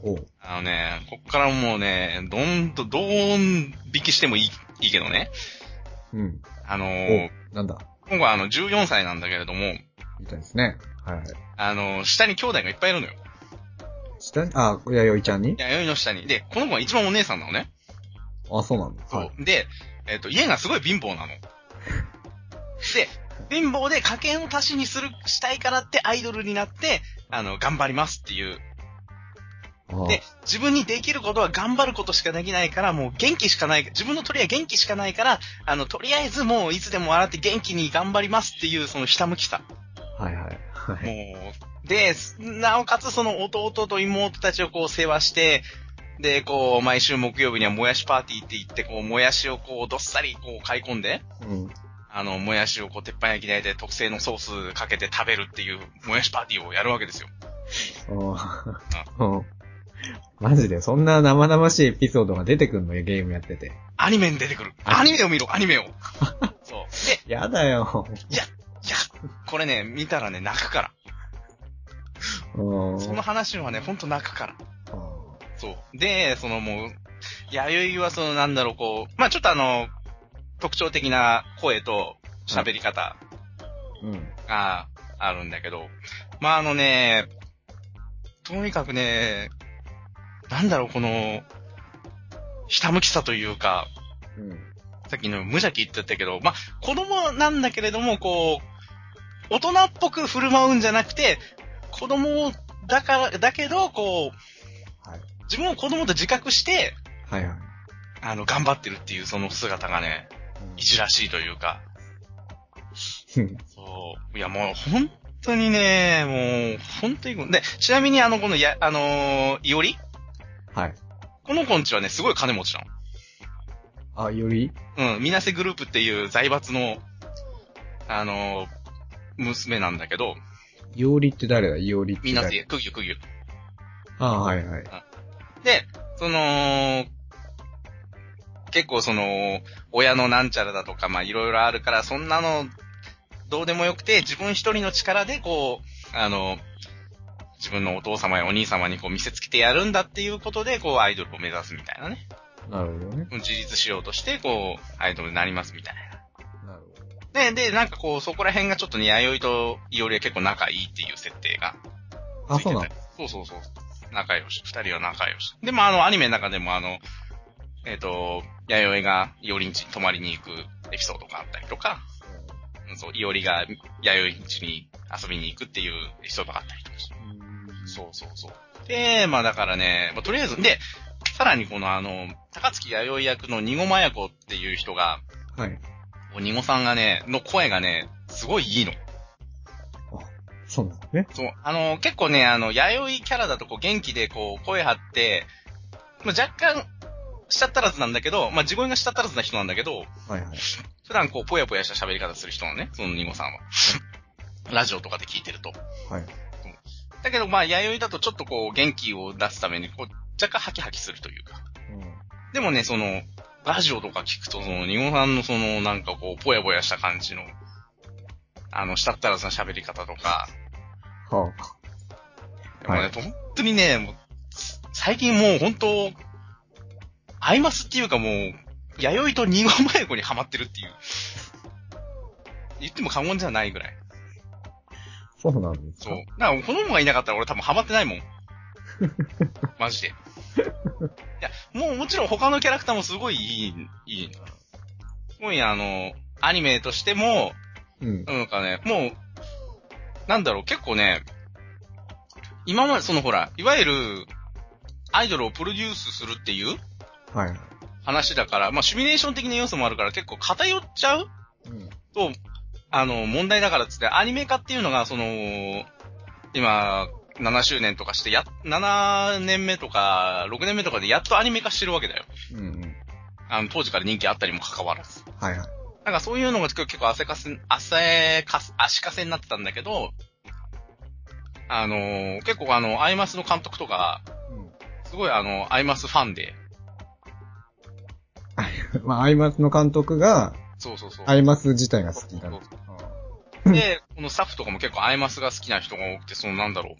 Speaker 1: おう
Speaker 2: あのね、こっからもうね、どんと、どーん引きしてもいい、いいけどね。
Speaker 1: うん。
Speaker 2: あの
Speaker 1: お
Speaker 2: ー
Speaker 1: う、なんだ。
Speaker 2: 今後はあの14歳なんだけれども、
Speaker 1: みたいですね。はい。
Speaker 2: あのー下に兄弟がいっぱいいるのよ。
Speaker 1: 下に、あ、弥生ちゃんに
Speaker 2: 弥生の下に。で、この子は一番お姉さんなのね。
Speaker 1: あ、そうなんだ。
Speaker 2: そう。
Speaker 1: はい。
Speaker 2: で、えっ、と、家がすごい貧乏なの。で、貧乏で家計の足しにする、したいからってアイドルになって、あの、頑張りますっていう。
Speaker 1: ああ
Speaker 2: で、自分にできることは頑張ることしかできないから、もう元気しかない、自分の取り合い元気しかないから、あの、とりあえずもういつでも笑って元気に頑張りますっていう、そのひたむきさ。
Speaker 1: はいはい。は
Speaker 2: も
Speaker 1: い。
Speaker 2: う、で、なおかつその弟と妹たちをこう世話して、で、こう、毎週木曜日にはもやしパーティーって言って、こう、もやしをこう、どっさりこう、買い込んで、
Speaker 1: うん。
Speaker 2: あの、もやしをこう、鉄板焼き台で特製のソースかけて食べるっていう、もやしパーティーをやるわけですよ。
Speaker 1: ああ。うん。マジで、そんな生々しいエピソードが出てくんのよ、ゲームやってて。
Speaker 2: アニメに出てくる。アニメを見ろ、アニメを。 そう。で、
Speaker 1: やだよ。
Speaker 2: いや、これね、見たらね、泣くか
Speaker 1: うん。
Speaker 2: ら。その話はね、ほんと泣くから。そう。で、そのもう、弥生はそのなんだろう、こう、まあちょっとあの、特徴的な声と、喋り方
Speaker 1: うん。
Speaker 2: があるんだけど、まあ、あのね、とにかくね、なんだろう、この、ひたむきさというか、
Speaker 1: うん。
Speaker 2: さっきの無邪気って言ったけど、まあ、子供なんだけれども、こう、大人っぽく振る舞うんじゃなくて、子供だから、だけど、こう、
Speaker 1: はい。
Speaker 2: 自分を子供と自覚して、
Speaker 1: はいはい。
Speaker 2: あの、頑張ってるっていうその姿がね、いじらしいというか、
Speaker 1: うん。
Speaker 2: そう。いや、もう、本当にね、もう、本当に、で、ちなみにあの、この、や、あのーいおり
Speaker 1: はい。
Speaker 2: この子んちはね、すごい金持ちな
Speaker 1: あ、より
Speaker 2: の。うん、みなせグループっていう財閥の、あのー娘なんだけど、
Speaker 1: よりって誰だよりって
Speaker 2: み
Speaker 1: 誰
Speaker 2: なせ、くぎゅくぎゅ。
Speaker 1: あはいはい。
Speaker 2: で、その、結構その、親のなんちゃらだとか、まあいろいろあるから、そんなの、どうでもよくて、自分一人の力でこう、あの、自分のお父様やお兄様にこう見せつけてやるんだっていうことで、こうアイドルを目指すみたいなね。
Speaker 1: なるほどね。
Speaker 2: 自立しようとして、こう、アイドルになりますみたい
Speaker 1: なるほど。
Speaker 2: な。で、で、なんかこう、そこら辺がちょっとね、弥生といおりは結構仲いいっていう設定が
Speaker 1: あ、そうなの
Speaker 2: のそうそうそう。仲良し。二人は仲良し。でもあの、アニメの中でもあの、えっ、と、弥生がいおりんちに泊まりに行くエピソードがあったりとか、うんそう、いおりが弥生んちに遊びに行くっていうエピソードがあったりとかしてそうそうそう。で、まあだからね、まあ、とりあえず、で、さらにこのあの、高槻弥生役のニゴマヤコっていう人が、
Speaker 1: うん。はい。
Speaker 2: おニゴさんがね、の声がね、すごいいいの。
Speaker 1: そうなのね。
Speaker 2: そう、あの、結構ね、あの、弥生キャラだとこう元気でこう声張って、まあ、若干、したったらずなんだけど、まあ、自分がしたったらずな人なんだけど、
Speaker 1: はいはい。
Speaker 2: 普段こう、ぽやぽやした喋り方する人のね、そのニゴさんは。ラジオとかで聞いてると。
Speaker 1: はい。
Speaker 2: だけど、まあ、弥生だとちょっとこう、元気を出すために、こう、若干ハキハキするというか。でもね、その、ラジオとか聞くと、その、ニゴさんのその、なんかこう、ぽやぽやした感じの、あの、したったらずな喋り方とか、
Speaker 1: うん。は
Speaker 2: もう
Speaker 1: は
Speaker 2: ね、本当にね、もう、最近もう本当、アイマスっていうかもう、弥生と二号前子にハマってるっていう。言っても過言じゃないぐらい。
Speaker 1: あ。そうなんです
Speaker 2: そ
Speaker 1: か
Speaker 2: う。だから、この子がいなかったら俺多分ハマってないもん。マジで。いや、もうもちろん他のキャラクターもすごいいい、いい。すごいあの、アニメとしても、
Speaker 1: うん。
Speaker 2: なんかね、もう、なんだろう、結構ね、今まで、そのほら、いわゆる、アイドルをプロデュースするっていう
Speaker 1: はいはい。
Speaker 2: 話だから、まあ、シミュレーション的な要素もあるから結構偏っちゃう
Speaker 1: うん。
Speaker 2: と、あの、問題だからっつって、アニメ化っていうのが、その、今、7周年とかして、や、7年目とか、6年目とかでやっとアニメ化してるわけだよ。
Speaker 1: うんうん。
Speaker 2: あの、当時から人気あったにもかかわらず。
Speaker 1: はいはい。
Speaker 2: なんかそういうのが結構汗かせ、汗かす、足かせになってたんだけど、あのー結構あの、アイマスの監督とか、すごいあの、アイマスファンで、
Speaker 1: うん。まあ、アイマスの監督が、
Speaker 2: そうそうそう。
Speaker 1: アイマス自体が好きだ
Speaker 2: そう
Speaker 1: な。
Speaker 2: そうそうで、このスタッフとかも結構アイマスが好きな人が多くて、そのなんだろ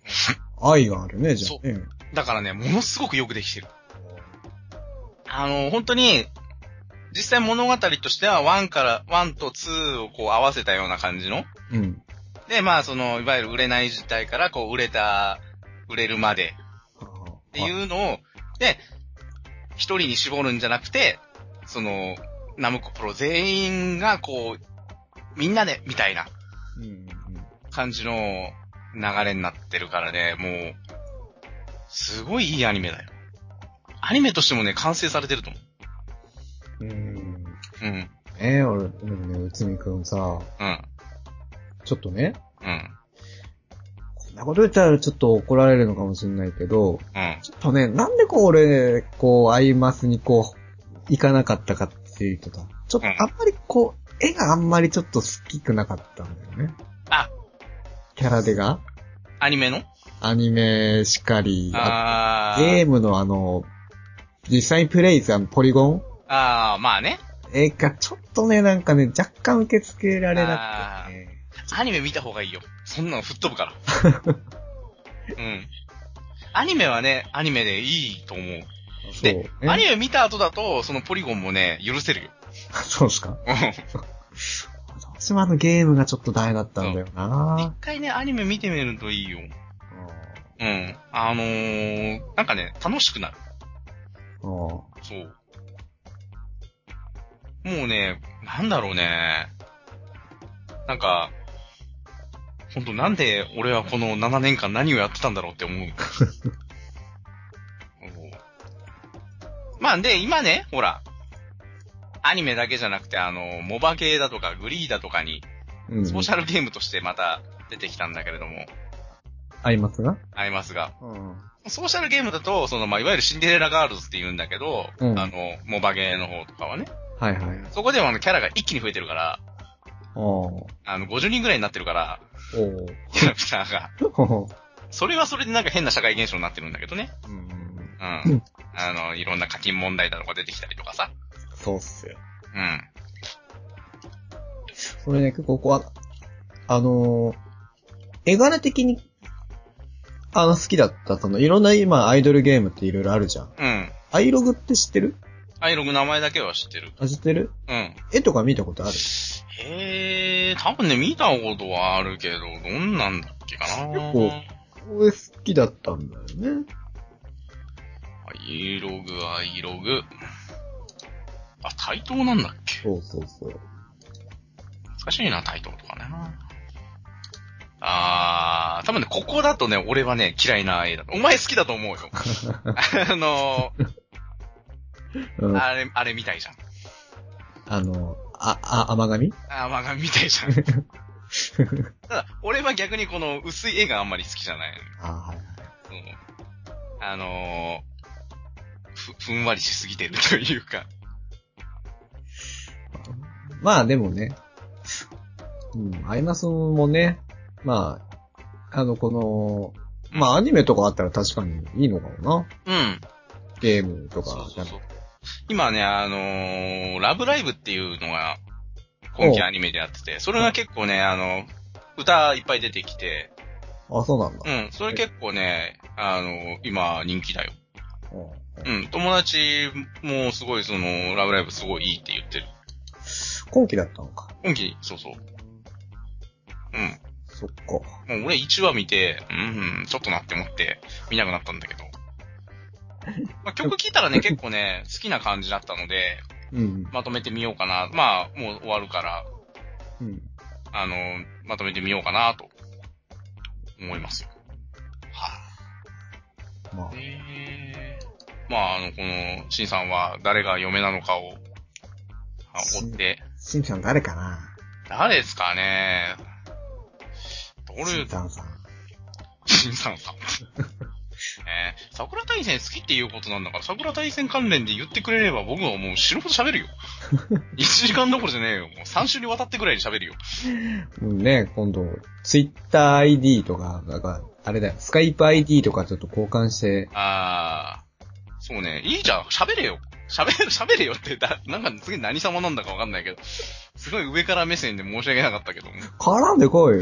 Speaker 1: 愛があるね、じゃあね。
Speaker 2: う。だからね、ものすごくよくできてる。あのー本当に、実際物語としては1から、1と2をこう合わせたような感じの。
Speaker 1: うん。
Speaker 2: で、まあその、いわゆる売れない時代からこう売れた、売れるまでっ
Speaker 1: って
Speaker 2: いうのを、で、一人に絞るんじゃなくて、その、ナムコプロ全員がこう、みんなで、みたいな
Speaker 1: うんうん
Speaker 2: 感じの流れになってるからね、もう、すごいいいアニメだよ。アニメとしてもね、完成されてると思
Speaker 1: うん。うん。
Speaker 2: う。うん、
Speaker 1: ええ、俺、でもね、内海くんさ、
Speaker 2: うん、
Speaker 1: ちょっとね、
Speaker 2: うん、
Speaker 1: こんなこと言ったらちょっと怒られるのかもしれないけど、
Speaker 2: うん。
Speaker 1: ちょっとね、なんでこう俺、こう、アイマスにこう、行かなかったかっていうとさ、ちょっと
Speaker 2: うん
Speaker 1: あんまりこう、絵があんまりちょっと好きくなかったんだよね。
Speaker 2: あ、
Speaker 1: キャラでが
Speaker 2: アニメの
Speaker 1: アニメしかり、あ
Speaker 2: あ
Speaker 1: ゲ
Speaker 2: ー、
Speaker 1: ームのあの、実際にプレイするあのポリゴン
Speaker 2: あー、まあね。
Speaker 1: 絵がちょっとね、なんかね、若干受け付けられなくてね。
Speaker 2: アニメ見た方がいいよ。そんなの吹っ飛ぶから。うん。アニメはね、アニメでいいと思う。
Speaker 1: そう
Speaker 2: で
Speaker 1: ね。
Speaker 2: アニメ見た後だと、そのポリゴンもね、許せるよ。
Speaker 1: そうですか
Speaker 2: うん
Speaker 1: あ私もあのゲームがちょっとダメだったんだよ
Speaker 2: 一
Speaker 1: な
Speaker 2: 回ね、アニメ見てみるといいよ。うん。あのー、なんかね、楽しくなる。
Speaker 1: うんうん
Speaker 2: そう。もうね、なんだろうね。なんか、ほんとなんで俺はこの7年間何をやってたんだろうって思う。そうまあで、今ね、ほら、アニメだけじゃなくて、あの、モバゲーだとかグリーだとかに、
Speaker 1: うん。
Speaker 2: ソーシャルゲームとしてまた出てきたんだけれども、
Speaker 1: ありますが
Speaker 2: ありますが。
Speaker 1: うん。
Speaker 2: ソーシャルゲームだと、その、まあ、いわゆるシンデレラガールズって言うんだけど、
Speaker 1: うん
Speaker 2: あの、モバゲーの方とかはね、
Speaker 1: はいはい。
Speaker 2: そこではあの、キャラが一気に増えてるから、
Speaker 1: おお
Speaker 2: あの、50人ぐらいになってるから、
Speaker 1: ー
Speaker 2: キャラクターが。
Speaker 1: おー
Speaker 2: それはそれでなんか変な社会現象になってるんだけどね。
Speaker 1: うん。う
Speaker 2: う
Speaker 1: んん。
Speaker 2: あの、いろんな課金問題だとか出てきたりとかさ。
Speaker 1: そうっすよ。
Speaker 2: うん。
Speaker 1: それね、結構こう、ああのー絵柄的に、あの、好きだった、その、いろんな今、アイドルゲームっていろいろあるじゃん。
Speaker 2: うん。
Speaker 1: アイログって知ってる
Speaker 2: アイログ名前だけは知ってる。
Speaker 1: あ、知ってる
Speaker 2: うん。
Speaker 1: 絵とか見たことある
Speaker 2: へえ、多分ね、見たことはあるけど、どんなんだっけかな
Speaker 1: 結構俺好きだったんだよね。
Speaker 2: アイログ、アイログ。あ、対等なんだっけ
Speaker 1: そうそうそう。
Speaker 2: 難しいな、タイトルとかね。あー、多分ね、ここだとね、俺はね、嫌いな絵だと。お前好きだと思うよ。あの
Speaker 1: うん、
Speaker 2: ー、
Speaker 1: あ
Speaker 2: あれ、あれみたいじゃん。
Speaker 1: の、あ、あ、甘神
Speaker 2: あー、漫画みたいじゃん。ただ、俺は逆にこの薄い絵があんまり好きじゃない。
Speaker 1: あはい。
Speaker 2: そのあのー、ふ、ふんわりしすぎてるというか。
Speaker 1: まあでもね、うん、アイマスもね、まあ、あの、この、まあアニメとかあったら確かにいいのかもな。
Speaker 2: うん。
Speaker 1: ゲームとか
Speaker 2: そう
Speaker 1: じ
Speaker 2: そ
Speaker 1: ゃな
Speaker 2: う
Speaker 1: く
Speaker 2: そ
Speaker 1: て
Speaker 2: う。今ね、あのー、ラブライブっていうのが、今期アニメでやってて、それが結構ね、あの、歌いっぱい出てきて、
Speaker 1: あ、そうなんだ
Speaker 2: う。ん、それ結構ね、あの、今人気だよ。
Speaker 1: うん
Speaker 2: うん、友達もすごいその、ラブライブすごいいいって言ってる。
Speaker 1: 今期だったのか。
Speaker 2: 今期、そうそう。う
Speaker 1: そっか。
Speaker 2: ん。もう俺1話見て、うん、うん、ちょっとなって思って、見なくなったんだ けど。まあ、曲聴いたらね、結構ね、好きな感じだったので、
Speaker 1: うん。
Speaker 2: まとめてみようかな。まあ、もう終わるから、
Speaker 1: うん。
Speaker 2: あの、まとめてみようかなと、思いますよ。
Speaker 1: まあ、
Speaker 2: へーまあ、あの、この、シンさんは誰が嫁なのかを、あ追って、
Speaker 1: しんちゃん誰かな
Speaker 2: 誰ですかね
Speaker 1: し
Speaker 2: 俺
Speaker 1: ん、ちゃんさん。
Speaker 2: シンさんさん。えー、桜大戦好きっていうことなんだから、桜大戦関連で言ってくれれば僕はもう死ぬほど喋るよ。1時間どころじゃねえよ。もう3週にわたってぐらいに喋るよ。
Speaker 1: うんね、今度、ツイッター ID とか、なんか、あれだよ、スカイプ ID とかちょっと交換して、
Speaker 2: あー、そうね、いいじゃん、喋れよ。喋 れ、喋れよって、だ、なんか次何様なんだかわかんないけど、すごい上から目線で申し訳なかったけども。
Speaker 1: 絡んで こい。い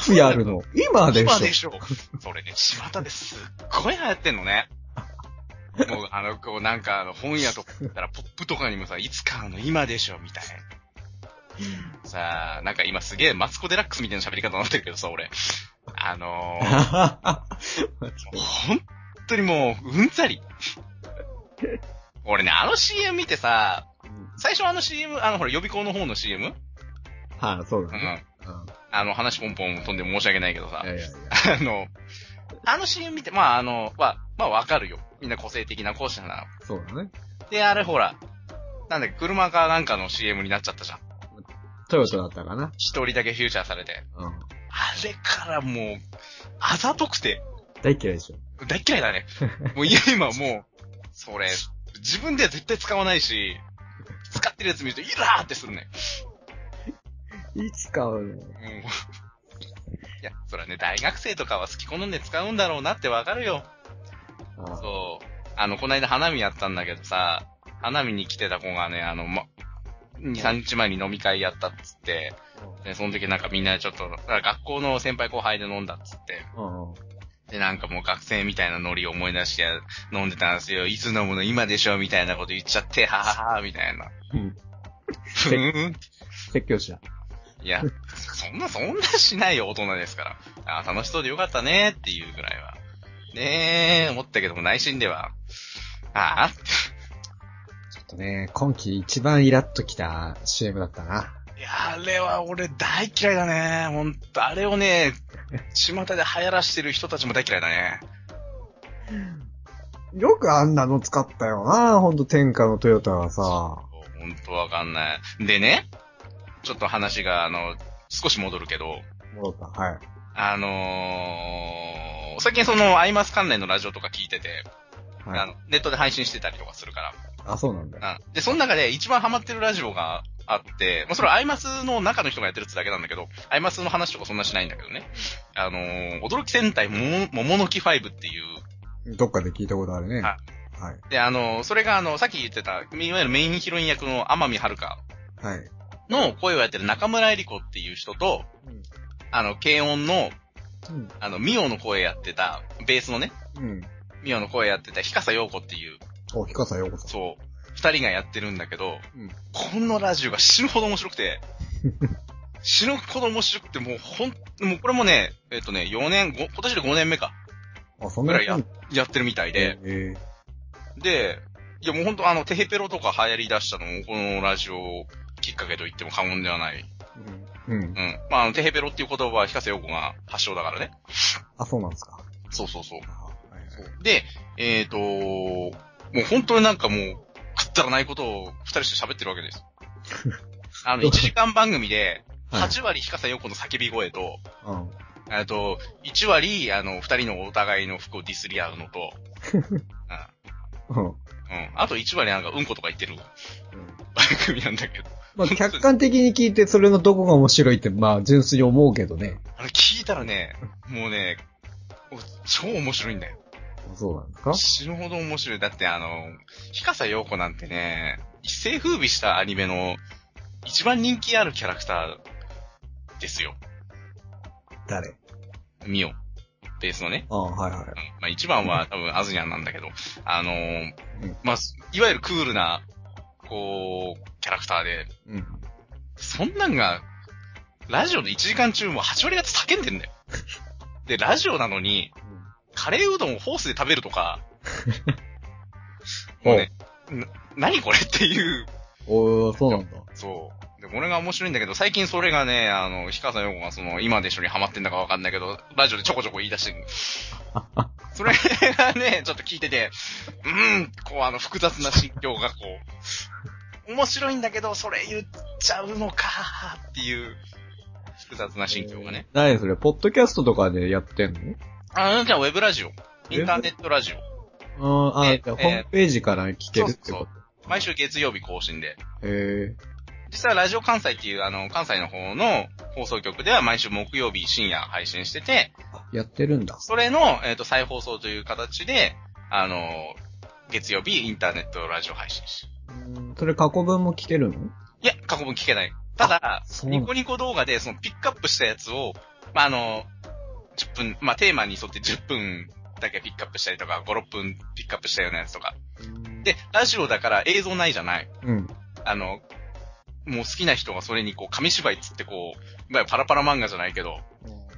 Speaker 1: つやるの今でしょ。
Speaker 2: 今で しょ。それね、巷ですっごい流行ってんのね。もう、あの、こう、なんか、あの、本屋とか行ったら、ポップとかにもさ、いつかあの、今でしょ、みたいな。さあ、なんか今すげえ、マツコデラックスみたいな喋り方になってるけどさ、俺。あのー、本当にもう、うんざり。俺ね、あの CM 見てさ、最初あの CM、あの、ほら、予備校の方の CM?
Speaker 1: はあ、そう
Speaker 2: う
Speaker 1: だね。
Speaker 2: ん。
Speaker 1: うん。
Speaker 2: あの、話ポンポン飛んで申し訳ないけどさ
Speaker 1: い。やいやいや。
Speaker 2: あの、あの CM 見て、まああの、まあ、まあわかるよ。みんな個性的な講師だな。
Speaker 1: そうだね。
Speaker 2: で、あれほら、なんだっけ、車かなんかの CM になっちゃったじゃん。
Speaker 1: トヨタだったかな。
Speaker 2: 一人だけフューチャーされて。
Speaker 1: うん。
Speaker 2: あれからもう、あざとくて、
Speaker 1: 大嫌いでしょ。
Speaker 2: 大っ嫌いだね。もういや今もう、それ、自分では絶対使わないし、使ってるやつ見ると、イラーってするね。
Speaker 1: いつ買うの
Speaker 2: もういや、そらね、大学生とかは好き好んで使うんだろうなってわかるよ。
Speaker 1: ああ
Speaker 2: そう。あの、こないだ花見やったんだけどさ、花見に来てた子がね、あの、ま、2、3日前に飲み会やったっつって、で、その時なんかみんなでちょっと、だから学校の先輩後輩で飲んだっつって、
Speaker 1: うん。うん。
Speaker 2: で、なんかもう学生みたいなノリを思い出して飲んでたんですよ。いつ飲むの今でしょみたいなこと言っちゃって、はははみたいな。
Speaker 1: うん。
Speaker 2: ふーん。
Speaker 1: 説教師だ。
Speaker 2: いや、そんな、そんなしないよ、大人ですから。あー楽しそうでよかったね、っていうぐらいは。ねえ、思ったけども、内心では、ああ、
Speaker 1: ちょっとね、今季一番イラッときた CM だったな。
Speaker 2: いや、あれは俺大嫌いだね。ほんと、あれをね、巷で流行らしてる人たちも大嫌いだね。
Speaker 1: よくあんなの使ったよな、ほんと天下のトヨタはさ。
Speaker 2: ほんとわかんない。でね、ちょっと話が、あの、少し戻るけど、
Speaker 1: 戻った、はい。
Speaker 2: あのー最近その、アイマス関連のラジオとか聞いてて、
Speaker 1: はい、
Speaker 2: あのネットで配信してたりとかするから、
Speaker 1: あ、そうなんだ。
Speaker 2: うんで、その中で一番ハマってるラジオがあって、まあ、それはアイマスの中の人がやってるってだけなんだけど、アイマスの話とかそんなしないんだけどね。あのー驚き戦隊もも、桃の木5っていう、
Speaker 1: どっかで聞いたことあるね。
Speaker 2: は
Speaker 1: はい。
Speaker 2: で、あのーそれがあの、さっき言ってた、いわゆるメインヒロイン役の天海遥香
Speaker 1: はい。
Speaker 2: の声をやってる中村えり子っていう人と、あの、軽音の、
Speaker 1: うん。
Speaker 2: あの、ミオの声やってた、ベースのね、
Speaker 1: うん。
Speaker 2: ミオの声やってた、ひかさようこっていう、
Speaker 1: お、ひかさようこさん。
Speaker 2: そう、二人がやってるんだけど、
Speaker 1: うん
Speaker 2: このラジオが死ぬほど面白く て、死ぬほど面白くて、もうほん、もうこれもね、えっとね、4年、ご今年で5年目か、
Speaker 1: あ、そん
Speaker 2: ぐ
Speaker 1: な
Speaker 2: らいややってるみたいで、
Speaker 1: えー
Speaker 2: で、いやもうほんとあの、テヘペロとか流行り出したのも、このラジオきっかけと言っても過言ではない。
Speaker 1: うん。うん
Speaker 2: う。ん。まあ、あの、テヘペロっていう言葉は、ひかせようこが発祥だからね。
Speaker 1: あ、そうなんですか。
Speaker 2: そうそうそう。
Speaker 1: あはいはい
Speaker 2: で、えっ、ともう本当になんかもう、くったらないことを二人して喋ってるわ けです。あの、1時間番組で、
Speaker 1: はい
Speaker 2: 8割ひかさよこの叫び声と、
Speaker 1: うん。
Speaker 2: えっと、1割、あの、二人のお互いの服をディスり合うの と、う
Speaker 1: うん。
Speaker 2: ん、うんあと1割なんかうんことか言ってる番組なんだけど、
Speaker 1: まあ、客観的に聞いて、それのどこが面白いって、まあ、純粋に思うけどね。
Speaker 2: あれ聞いたらね、もうね、お超面白いんだよ。
Speaker 1: そうなんですか
Speaker 2: 死ぬほど面白い。だってあの、ひかさようこなんてね、一世風靡したアニメの一番人気あるキャラクターですよ。
Speaker 1: 誰
Speaker 2: ミオ。ベースのね。
Speaker 1: ああはいはい。
Speaker 2: うんまあ一番は多分アズニャンなんだけど、あのー
Speaker 1: うん
Speaker 2: まあ、いわゆるクールな、こう、キャラクターで、
Speaker 1: うん。
Speaker 2: そんなんが、ラジオの1時間中も8割方叫んでんだよ。で、ラジオなのに、カレーうどんをホースで食べるとか、もうね、な何これっていう、
Speaker 1: おー、そうなんだ。
Speaker 2: そう。で、これが面白いんだけど、最近それがね、あの、氷川さん子がその、今で一緒にハマってんだかわかんないけど、ラジオでちょこちょこ言い 出してる。それがね、ちょっと聞いてて、うーん、こうあの、複雑な心境がこう、面白いんだけど、それ言っちゃうのかっていう、複雑な心境がね。。
Speaker 1: 何それ、ポッドキャストとかでやってんの
Speaker 2: あじゃあ、ウェブラジオ。インターネットラジ
Speaker 1: う
Speaker 2: オ。
Speaker 1: ん、あ、
Speaker 2: え
Speaker 1: じゃあ
Speaker 2: え
Speaker 1: ホームページから聞けるって
Speaker 2: そうそ
Speaker 1: こ
Speaker 2: う毎週月曜日更新で。
Speaker 1: と。へ
Speaker 2: 実際はラジオ関西っていう、あの、関西の方の放送局では毎週木曜日深夜配信してて、
Speaker 1: え。やってるんだ。
Speaker 2: それの、えっ、と、再放送という形で、あの、月曜日インターネットラジオ配信し。
Speaker 1: うんそれ過去文も聞けるの
Speaker 2: いや、過去分聞けない。ただ、
Speaker 1: そうな
Speaker 2: ニ
Speaker 1: んだ
Speaker 2: コニコ動画で、そのピックアップしたやつを、まあ、あの、10分、まあ、テーマに沿って10分だけピックアップしたりとか、5、6分ピックアップしたようなやつとか。で、ラジオだから映像ないじゃない。
Speaker 1: うん。
Speaker 2: あの、もう好きな人がそれにこう、紙芝居っつってこう、いわゆるパラパラ漫画じゃないけど、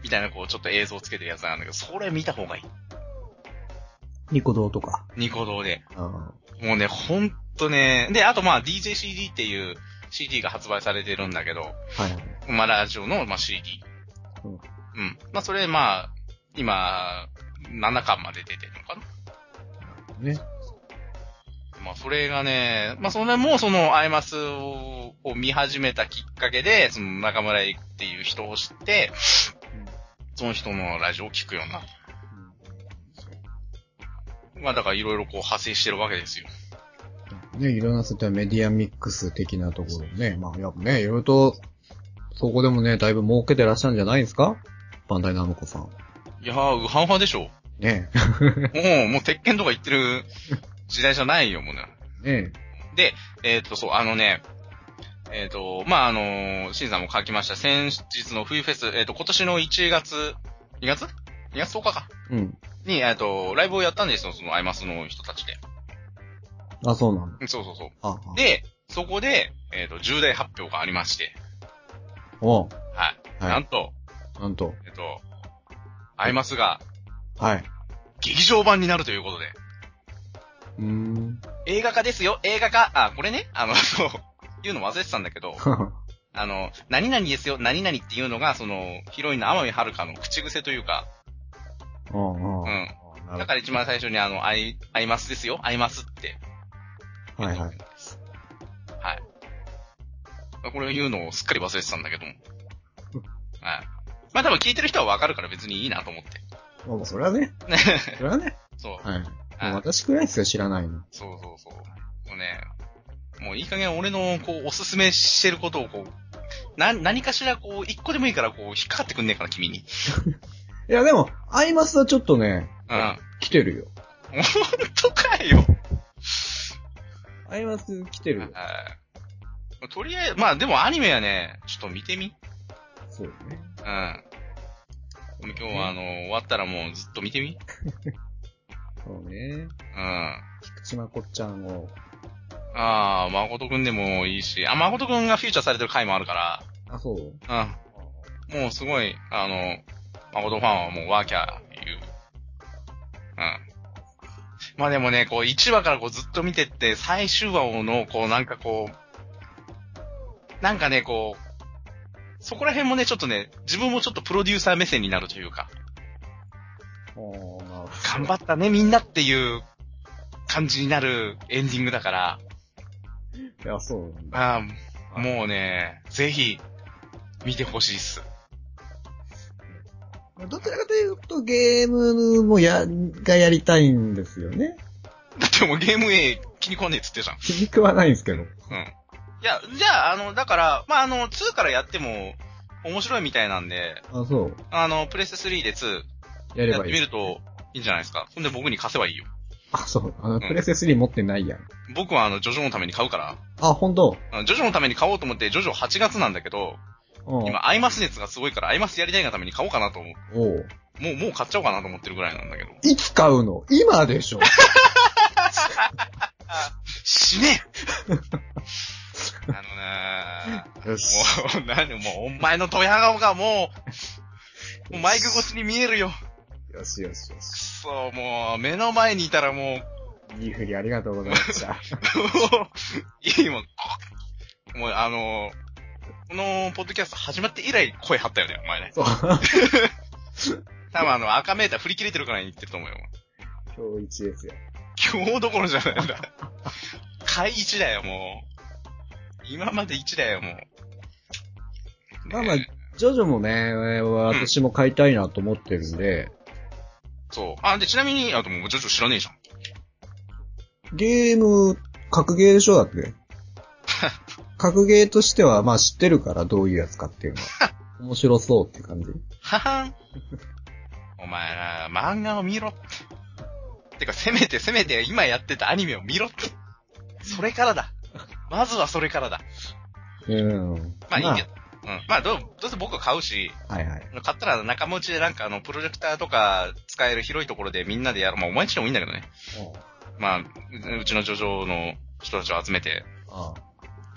Speaker 2: みたいなこう、ちょっと映像をつけてるやつなんだけど、それ見た方がいい。
Speaker 1: ニコ動とか。
Speaker 2: ニコ動で。
Speaker 1: あ
Speaker 2: もうね、ほんとね。で、あとまあ DJCD っていう CD が発売されてるんだけど、
Speaker 1: ーはいはい。
Speaker 2: まあラジオの、まあ、CD。
Speaker 1: うん
Speaker 2: うん。まあそれまあ、今、7巻まで出てるのかな。
Speaker 1: ね。
Speaker 2: まあそれがね、まあそれもそのアイマスをを見始めたきっかけで、その中村英子っていう人を知って、その人のラジオを聞くようになった。まあだからいろいろこう派生してるわけですよ。
Speaker 1: ね、いろんなそういったメディアミックス的なところね。まあ、やっぱね、いろいろと、そこでもね、だいぶ儲けてらっしゃるんじゃないですかバンダイナムコさん。
Speaker 2: いやー、ウハウハでしょ。
Speaker 1: ね
Speaker 2: もう、もう鉄拳とか言ってる時代じゃないよ、もうね。
Speaker 1: え。ね
Speaker 2: で、えっ、と、そう、あのね、えっ、と、まあ、あのー、シンさんも書きました、先日の冬フェス、えっ、と、今年の1月、2月 ?2 月10日か。
Speaker 1: え。うん。
Speaker 2: に、えっ、と、ライブをやったんですよ、そのアイマスの人たちで。
Speaker 1: あ、そうなんだ。
Speaker 2: うんそうそうそ
Speaker 1: あ、あ
Speaker 2: う。で、そこで、えっ、と、重大発表がありまして、
Speaker 1: おう
Speaker 2: はい。
Speaker 1: はい
Speaker 2: なんと、
Speaker 1: なんと。
Speaker 2: えっと、アイマスが
Speaker 1: はい。
Speaker 2: 劇場版になるということで。
Speaker 1: うーん。
Speaker 2: 映画化ですよ、映画化。あ、これね、あの、そう、言うの忘れてたんだけど、あの、何々ですよ、何々っていうのが、その、ヒロインの天海遥の口癖というか、
Speaker 1: うんうん。
Speaker 2: う。
Speaker 1: うんなる
Speaker 2: だから一番最初にあの、アイ、アイマスですよ、アイマスって。
Speaker 1: ほど。はいはい。
Speaker 2: はい。これを言うのをすっかり忘れてたんだけども。はい。まあ多分聞いてる人はわかるから別にいいなと思って。
Speaker 1: まあまあ、それはね。
Speaker 2: ね
Speaker 1: それはね。
Speaker 2: そう。
Speaker 1: はい。も
Speaker 2: はいう
Speaker 1: 私くらいですよ、知らないの。
Speaker 2: そうそうそう。もうね、もういい加減俺のこう、おすすめしてることをこう、な、何かしらこう、一個でもいいからこう、引っかかってくんねえから君に。
Speaker 1: いや、でも、アイマスはちょっとね、
Speaker 2: うん。本
Speaker 1: 来てるよ。
Speaker 2: 当かよ。
Speaker 1: アイマス来てるよ。
Speaker 2: はい。とりあえず、まあでもアニメはね、ちょっと見てみ。
Speaker 1: そうね。
Speaker 2: うん。今日はあの、終わったらもうずっと見てみ。
Speaker 1: そうね。
Speaker 2: うん。
Speaker 1: 菊池まこっちゃんを。
Speaker 2: ああ、誠くんでもいいし、あ、誠くんがフューチャーされてる回もあるか
Speaker 1: あ、そう
Speaker 2: ら、うん。もうすごい、あの、誠ファンはもうワーキャー言う。うん。まあでもね、こう1話からこうずっと見てって、最終話のこうなんかこう、なんかね、こう、そこら辺もね、ちょっとね、自分もちょっとプロデューサー目線になるというか、
Speaker 1: おーなる
Speaker 2: 頑張ったねみんなっていう感じになるエンディングだから、
Speaker 1: ほど。いや、そうなんだ。
Speaker 2: ああ、もうね、ぜひ、見てほしいっす。
Speaker 1: どちらかというと、ゲームもや、がやりたいんですよね。
Speaker 2: だってもうゲーム A 気に食わねえっつってたじゃん。
Speaker 1: 気に食わないんですけど。
Speaker 2: うん。いや、じゃあ、あの、だから、まあ、あの、2からやっても、面白いみたいなんで、
Speaker 1: あ、そう。
Speaker 2: あの、プレステ3で2、
Speaker 1: やれ
Speaker 2: やっ
Speaker 1: ばい
Speaker 2: てみ
Speaker 1: い。
Speaker 2: ると、いいんじゃないですか。ほんで僕に貸せばいいよ。
Speaker 1: あ、そう。あの、プレステ3持ってないやん。
Speaker 2: 僕はあの、ジョジョのために買うから、
Speaker 1: あ、ほんと。
Speaker 2: あのジョジョのために買おうと思って、ジョジョ8月なんだけど、
Speaker 1: うん。
Speaker 2: 今、アイマス熱がすごいから、アイマスやりたいがために買おうかなと思う。
Speaker 1: おう
Speaker 2: もう、もう買っちゃおうかなと思ってるぐらいなんだけど。
Speaker 1: いつ買うの今でしょ。
Speaker 2: 死ね あのね
Speaker 1: よし。
Speaker 2: もう、何もう、お前のドヤ顔がもう、もうマイク越しに見えるよ。
Speaker 1: よしよしよ
Speaker 2: く
Speaker 1: し。
Speaker 2: そ、もう、目の前にいたら も
Speaker 1: いい振りありがとうございました。
Speaker 2: う、今、もうあの、この、ポッドキャスト始まって以来声張ったよね、お前ね。
Speaker 1: そう。
Speaker 2: 多分あの、赤メーター振り切れてるからい言ってると思うよ。
Speaker 1: 今日一ですよ。
Speaker 2: 今日どころじゃないんだ。回1だよ、もう。今まで1だよ、もう。
Speaker 1: まあまあ
Speaker 2: ねえ
Speaker 1: ジョジョもね、私も買いたいなと思ってるんで、
Speaker 2: そう。あ、で、ちなみに、あともう、ジョジョ知らねえじゃん。
Speaker 1: ゲーム、格ゲーでしょだって。格ゲーとしては、まあ知ってるからどういうやつかっていうのは。面白そうって感じ。
Speaker 2: ははん。お前な、漫画を見ろって。てか、せめてせめて今やってたアニメを見ろって。それからだ。まずはそれからだ。
Speaker 1: うん。
Speaker 2: まあいいけど。うん。まあどう、どうせ僕は買うし、
Speaker 1: まあはいはい。
Speaker 2: 買ったら仲間内でなんかあの、プロジェクターとか使える広いところでみんなでやる。まあお前んちでもいいんだけどね。まあ、ううちのジョジョの人たちを集めて、
Speaker 1: あ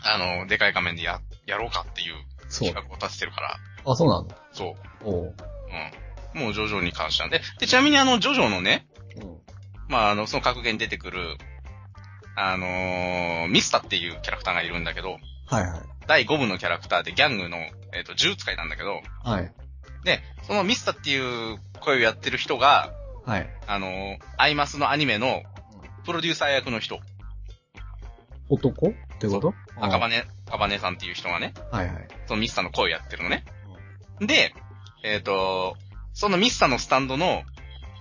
Speaker 1: あ
Speaker 2: あの、でかい画面でや、やろうかっていう
Speaker 1: そう
Speaker 2: 企。画を立ててるから。
Speaker 1: あ、そうなの
Speaker 2: そう。
Speaker 1: おう。
Speaker 2: うん。もうジョジョに関しては。で、でちなみにあの、ジョジョのね、
Speaker 1: うん。
Speaker 2: まあ、あの、その格言に出てくる、あのーミスタっていうキャラクターがいるんだけど、
Speaker 1: はいはい。
Speaker 2: 第5部のキャラクターでギャングの、えっ、と、銃使いなんだけど、
Speaker 1: はい。
Speaker 2: で、そのミスタっていう声をやってる人が、
Speaker 1: はい。
Speaker 2: あのーアイマスのアニメの、プロデューサー役の人、
Speaker 1: 男ってことああ
Speaker 2: 赤羽、赤羽さんっていう人がね、
Speaker 1: はいはい。
Speaker 2: そのミスタの声をやってるのね。で、えっ、と、そのミスタのスタンドの、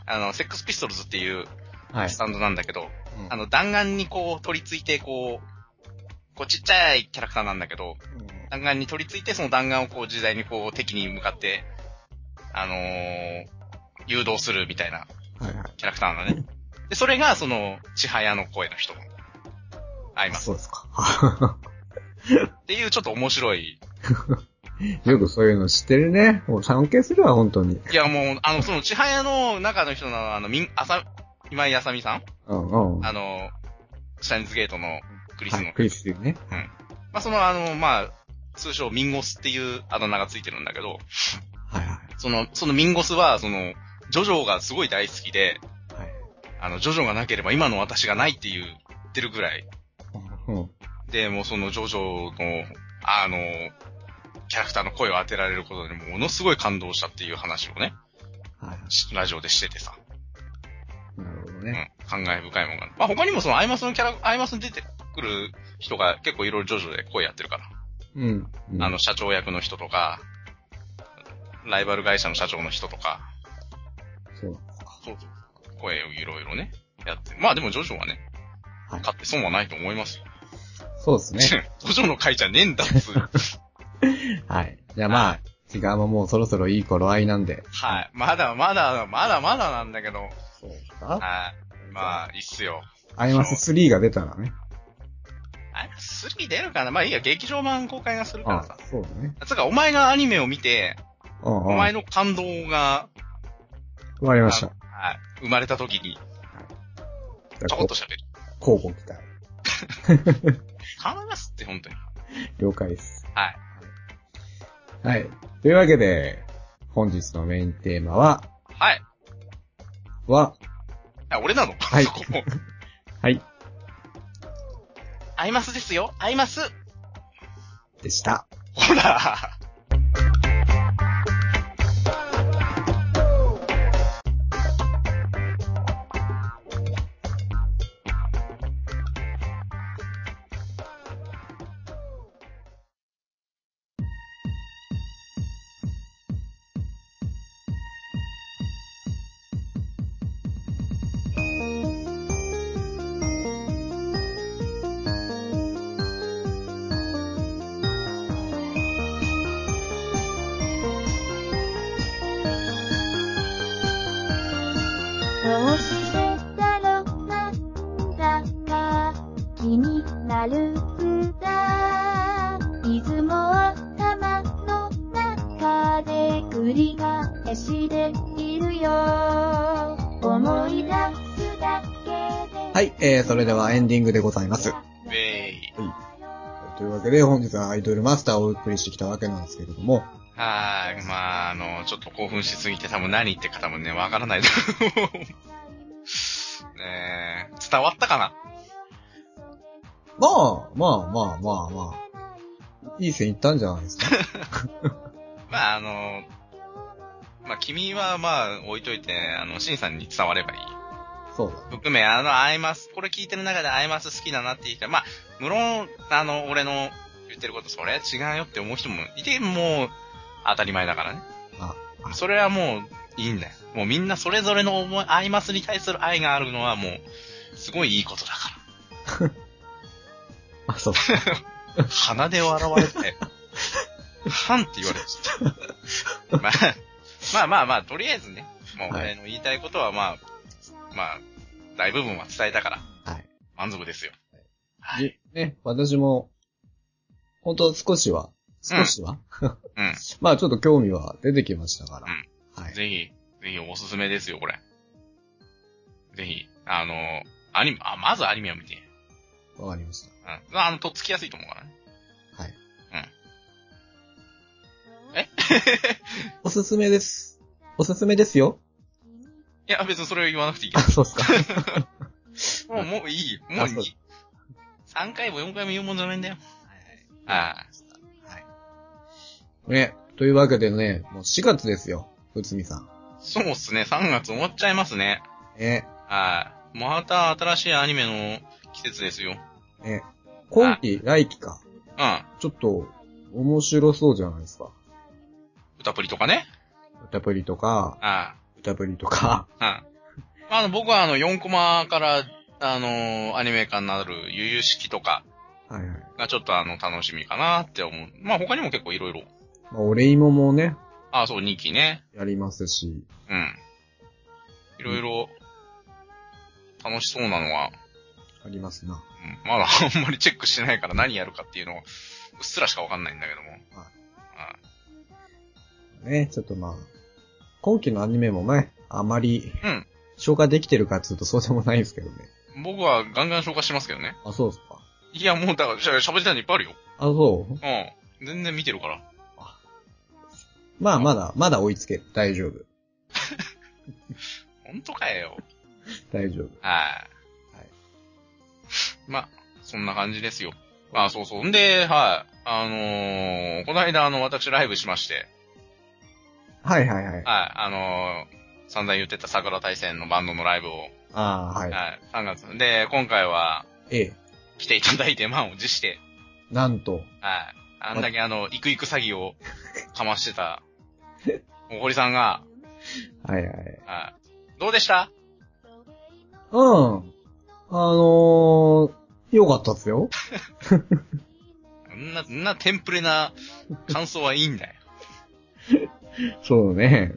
Speaker 2: あの、セックスピストルズっていう
Speaker 1: はい
Speaker 2: ス。タンドなんだけど、
Speaker 1: うん
Speaker 2: あ、の、弾丸にこう、取り付いて、こう、こうちっちゃいキャラクターなんだけど、
Speaker 1: うん
Speaker 2: 弾丸に取り付いて、その弾丸をこう、自在にこう、敵に向かって、あのー誘導するみたいな
Speaker 1: はいは
Speaker 2: キャラクターなのね。で、それが、その、ちはやの声の人。合い
Speaker 1: い。
Speaker 2: ます。
Speaker 1: そうですか。
Speaker 2: っていう、ちょっと面白い。
Speaker 1: よくそういうの知ってるね。もう尊敬するわ、本当に。
Speaker 2: いや、もう、あの、その、ちはやの中の人の、あの、みん、あさ、今井あさみさん
Speaker 1: うんうん。
Speaker 2: あの、シャインズゲートのクリスの。
Speaker 1: はい、クリスね。
Speaker 2: まあ、その、あの、まあ、通称ミンゴスっていうあだ名がついてるんだけど、
Speaker 1: はいは
Speaker 2: その、そのミンゴスは、その、ジョジョがすごい大好きで、
Speaker 1: い。はい。
Speaker 2: あの、ジョジョがなければ今の私がないって言ってるぐらい。
Speaker 1: うん。
Speaker 2: で、もうそのジョジョの、あの、キャラクターの声を当てられることでものすごい感動したっていう話をね、
Speaker 1: は
Speaker 2: しラジオでしててさ、
Speaker 1: い。なるほど
Speaker 2: うん
Speaker 1: ね。、
Speaker 2: 感慨深いもんがある。まあ、他にもそのアイマスのキャラ、アイマスに出てくる人が結構いろいろジョジョで声やってるから。
Speaker 1: うん。うん
Speaker 2: あの、、社長役の人とか、ライバル会社の社長の人とか、
Speaker 1: そうだ。
Speaker 2: そうそう。声をいろいろね、やって。まあでもジョジョはね、
Speaker 1: はい
Speaker 2: 勝って損はないと思いますよ。
Speaker 1: そうですね。
Speaker 2: ジョジョの会じゃねえんだっ つう。
Speaker 1: はい。じゃあまあ、時間ももうそろそろいい頃合いなんで。
Speaker 2: はい。まだまだ、まだまだなんだけど。
Speaker 1: そうですか
Speaker 2: はい。まあ、いいっすよ。
Speaker 1: アイマス3が出たらね。
Speaker 2: あれ ?3 出るかなまあいいや、劇場版公開がするから
Speaker 1: あ
Speaker 2: さ。
Speaker 1: そうだね。
Speaker 2: つうか、お前がアニメを見て、
Speaker 1: うんうん。
Speaker 2: お前
Speaker 1: わか
Speaker 2: の感動が、
Speaker 1: りました。
Speaker 2: あのはい。生まれた時に、ちょこっと喋る。
Speaker 1: 交互期待。
Speaker 2: 考えますって、本当に。
Speaker 1: 了解です。
Speaker 2: はい。
Speaker 1: はい。というわけで、本日のメインテーマは、
Speaker 2: はい。
Speaker 1: は、
Speaker 2: あ、俺なの
Speaker 1: はい
Speaker 2: そこも。
Speaker 1: はい、
Speaker 2: アイマスですよ。アイマス。
Speaker 1: でした。
Speaker 2: ほら。
Speaker 3: どうしてだろうなんだか気になるんだいつも頭の中で繰り返しているよ思い出すだけで
Speaker 1: はい、えー、それではエンディングでございます。
Speaker 2: ウェイ。
Speaker 1: というわけで、本日はアイドルマスターをお送りしてきたわけなんですけれども、
Speaker 2: はーい。まあ、あの、ちょっと興奮しすぎて多分何言ってるか多分ね、わからないと思う。ねえ、伝わったかな
Speaker 1: まあ、まあまあまあまあ、いい線いったんじゃないですか。
Speaker 2: まあ、あの、まあ、君はまあ、置いといて、あの、シンさんに伝わればいい。
Speaker 1: そうだ。
Speaker 2: 含め、あの、アイマス、これ聞いてる中でアイマス好きだなって言ったら、まあ、無論、あの、俺の言ってること、それは違うよって思う人もいて、もう、当たり前だからね。
Speaker 1: あ、
Speaker 2: それはもう、いいんだよ。もうみんなそれぞれの思い、アイマスに対する愛があるのはもう、すごいいいことだから。
Speaker 1: あ、そう。
Speaker 2: 鼻で笑われて、ハンって言われちゃった。まあ、まあまあまあ、とりあえずね、もう俺の言いたいことはまあ、まあ、大部分は伝えたから、
Speaker 1: はい。
Speaker 2: 満足ですよ。
Speaker 1: じね、私も、本当少しは、少しは、
Speaker 2: うん。
Speaker 1: まあちょっと興味は出てきましたから。はい。
Speaker 2: ぜひ、ぜひおすすめですよ、これ。ぜひ、あの、アニメ、あ、まずアニメを見て。
Speaker 1: わかりました。
Speaker 2: うん。あの、とっつきやすいと思うからね。
Speaker 1: はい。
Speaker 2: え
Speaker 1: おすすめです。おすすめですよ。
Speaker 2: いや、別にそれを言わなくていいけ
Speaker 1: あ、そうっすか。
Speaker 2: ど。もう、もういいよ。も
Speaker 1: あ
Speaker 2: うい
Speaker 1: そう
Speaker 2: い。3回も4回も言うもんじゃないんだよ。あ
Speaker 1: はい。ね、というわけでね、もう4月ですよ。うつみさん。
Speaker 2: あ。そうっすね、3月終わっちゃいますね。
Speaker 1: ね、
Speaker 2: はい。また新しいアニメの季節ですよ。
Speaker 1: ね。今期、来期か。
Speaker 2: うん。
Speaker 1: ちょっと、面白そうじゃないですか。
Speaker 2: 歌プリとかね。
Speaker 1: 歌プリとか、
Speaker 2: あ
Speaker 1: 歌プリとか。
Speaker 2: あ。うん。まあ、あの、僕はあの、4コマから、あのーアニメ化になる、ゆゆしきとか
Speaker 1: はいはい。
Speaker 2: がちょっとあの、楽しみかなって思う。まあ、他にも結構いろいろ。
Speaker 1: まあ、俺芋もね、
Speaker 2: ああ、そう、2期ね。
Speaker 1: やりますし。
Speaker 2: うん。いろいろ、楽しそうなのは、
Speaker 1: ありますな。
Speaker 2: うんまだあんまりチェックしてないから何やるかっていうのを、うっすらしかわかんないんだけども。あ
Speaker 1: ね、ちょっとまあ、今期のアニメもね、あまり、
Speaker 2: うん
Speaker 1: 消化できてるかっつうとそうでもないんですけどね。
Speaker 2: 僕はガンガン消化してますけどね。
Speaker 1: あ、そうっすか。
Speaker 2: いや、もうだからしゃ、喋りたいのいっぱいあるよ。
Speaker 1: あ、そう
Speaker 2: うん。全然見てるから。
Speaker 1: まあ、まだ、まだ追いつける。大丈夫。
Speaker 2: ほんとかよ。
Speaker 1: 大丈夫。
Speaker 2: はい。
Speaker 1: はい
Speaker 2: まあ、そんな感じですよ。まあ、そうそう。んで、はい。あのー、この間、あの、私ライブしまして、
Speaker 1: はいはいはい。
Speaker 2: はい。あのー、散々言ってた桜大戦のバンドのライブを、
Speaker 1: ああ、はい。
Speaker 2: はい。3月。で、今回は、
Speaker 1: ええ。
Speaker 2: 来ていただいて満を持して、
Speaker 1: なんと。
Speaker 2: はい。あんだけあの、いくいく詐欺をかましてた、お堀さんが、
Speaker 1: はいはい。
Speaker 2: はい。どうでした
Speaker 1: うん。あのー、よかったっすよ。
Speaker 2: そんな、そんなテンプレな感想はいいんだよ。
Speaker 1: そうね。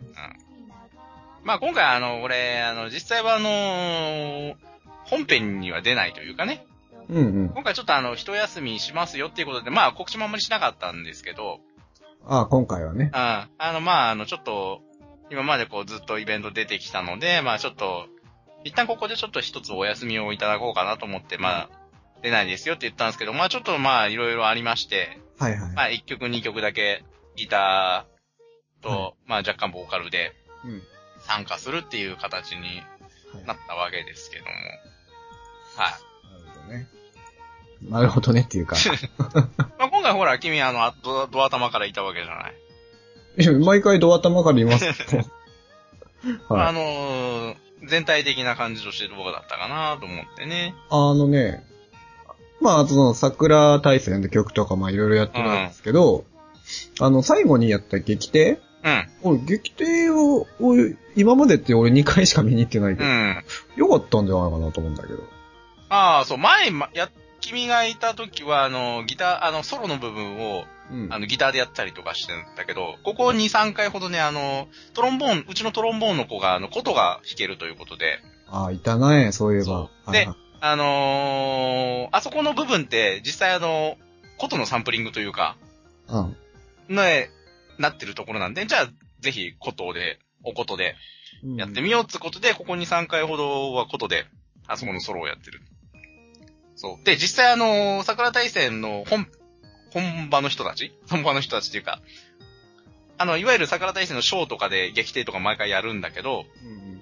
Speaker 2: まあ今回あの、俺、あの、実際はあのー本編には出ないというかね、
Speaker 1: うんうん。
Speaker 2: 今回ちょっとあの、一休みしますよっていうことで、まあ告知もあんまりしなかったんですけど、
Speaker 1: ああ、今回はね。
Speaker 2: ああの、まあ、あの、ちょっと、今までこうずっとイベント出てきたので、まあちょっと、一旦ここでちょっと一つお休みをいただこうかなと思って、まあ、出ないですよって言ったんですけど、まあちょっとまあいろいろありまして、
Speaker 1: はいはい。
Speaker 2: まあ1曲2曲だけギターと、
Speaker 1: は
Speaker 2: まあ若干ボーカルで
Speaker 1: うん。
Speaker 2: 参加するっていう形に
Speaker 1: はい。
Speaker 2: なったわけですけども。はい。
Speaker 1: なるほどね。なるほどねっていうか。
Speaker 2: まあ今回ほら、君あの、あドドア玉からいたわけじゃない。
Speaker 1: いや毎回ドア頭から言いますけどは
Speaker 2: あ
Speaker 1: い。
Speaker 2: のー全体的な感じとしてどうだったかなと思ってね。
Speaker 1: あのね、まあ、あとその桜大戦の曲とかまあいろいろやってたんですけど、あの、最後にやった劇艇
Speaker 2: うん。
Speaker 1: 俺、劇艇を、俺今までって俺2回しか見に行ってないけ
Speaker 2: う
Speaker 1: ど、
Speaker 2: ん。
Speaker 1: よかったんじゃないかなと思うんだけど。
Speaker 2: ああ、そう、前、ま、や、君がいた時は、あの、ギター、あの、ソロの部分を、
Speaker 1: うん
Speaker 2: あの、ギターでやったりとかしてたけど、ここ2、3回ほどね、あの、トロンボーン、うちのトロンボーンの子が、あの、琴が弾けるということで、
Speaker 1: ああ、いたね、そういえば
Speaker 2: そ。う
Speaker 1: はいはい
Speaker 2: あのーあそこの部分って、実際あの、琴のサンプリングというか、
Speaker 1: うん。
Speaker 2: ね、なってるところなんで、じゃあ、ぜひ、琴で、お琴で、
Speaker 1: うん
Speaker 2: やってみようってことで、ここに3回ほどはことで、あそこのソロをやってる。そう。で、実際あのー桜大戦の本、本場の人たち本場の人たちっていうか、あの、いわゆる桜大戦のショーとかで劇艇とか毎回やるんだけど、
Speaker 1: うん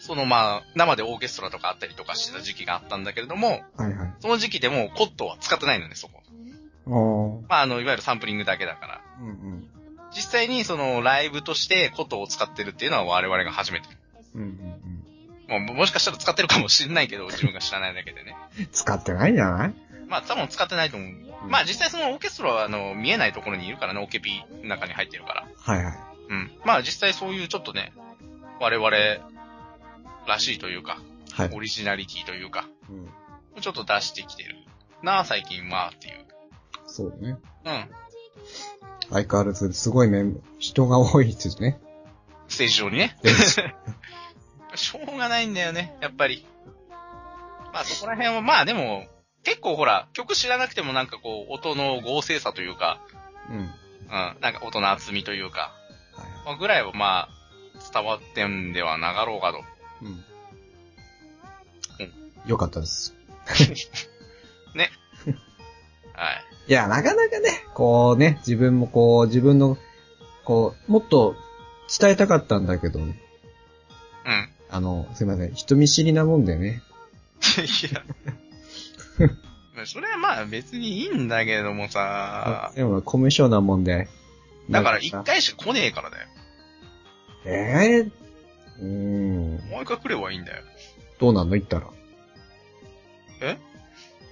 Speaker 2: そのまあ、生でオーケストラとかあったりとかしてた時期があったんだけれども、
Speaker 1: はいはい。
Speaker 2: その時期でもうコットは使ってないのね、そこ。
Speaker 1: ああ、うん
Speaker 2: まあ、あの、いわゆるサンプリングだけだから。
Speaker 1: うん。
Speaker 2: 実際にそのライブとしてコットを使ってるっていうのは我々が初めて。
Speaker 1: うんうん
Speaker 2: まあ、もしかしたら使ってるかもしれないけど、自分が知らないだけでね。
Speaker 1: うん。使ってないんじゃない
Speaker 2: まあ、多分使ってないと思う。まあ、実際そのオーケストラは、あの、見えないところにいるからね、オケピの中に入ってるから。
Speaker 1: はいはい。
Speaker 2: うん。まあ、実際そういうちょっとね、我々らしいというか、
Speaker 1: は
Speaker 2: オ
Speaker 1: い。
Speaker 2: リジナリティというか、
Speaker 1: うん
Speaker 2: ちょっと出してきてるなあ、最近は、っていう。
Speaker 1: そうね。
Speaker 2: うん。
Speaker 1: 相変わらずすごいメン人が多いですね。
Speaker 2: ステージ上にね。しょうがないんだよね、やっぱり。まあ、そこら辺は、まあでも、結構ほら、曲知らなくてもなんかこう、音の合成さというか、
Speaker 1: うん。はい
Speaker 2: うん、なんか音の厚みというか、
Speaker 1: は
Speaker 2: まあぐらいはまあ、伝わってんではなかろうかと。
Speaker 1: い。うん。よかったです。
Speaker 2: はい。
Speaker 1: いや、なかなかね、こうね、自分もこう、自分の、こう、もっと伝えたかったんだけどね。
Speaker 2: うん。
Speaker 1: あの、すいません。人見知りなもんでね。
Speaker 2: いや。まあそれはまあ別にいいんだけどもさ、
Speaker 1: でも、コミュ障なもんで。
Speaker 2: だから一
Speaker 1: なんさ
Speaker 2: 回しか来ねえからだよ。
Speaker 1: ええうーん。
Speaker 2: もう一回来ればいいんだよ。
Speaker 1: どうなんの言ったら。
Speaker 2: え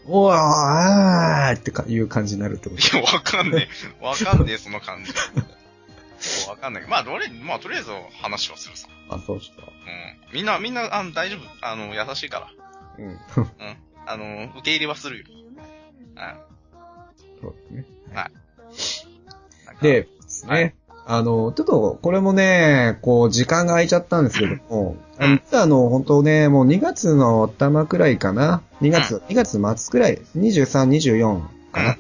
Speaker 1: おーあーってか、いう感じになるってこと。
Speaker 2: いや、わかんねえ。わかんねえ、その感じ。わかんないけど。まあ、どれ、まあ、とりあえず話はするさ。
Speaker 1: あ、そうっすか。
Speaker 2: うん。みんな、みんな、あの、大丈夫。あの、優しいから。
Speaker 1: うん。
Speaker 2: あの、受け入れはするよ。う
Speaker 1: そうですね。
Speaker 2: んなんか。
Speaker 1: で、ですね。あの、ちょっと、これもね、こう、時間が空いちゃったんですけども、あの、実はあの、本当ね、もう2月の頭くらいかな、2月、2月末くらい、23、24かな、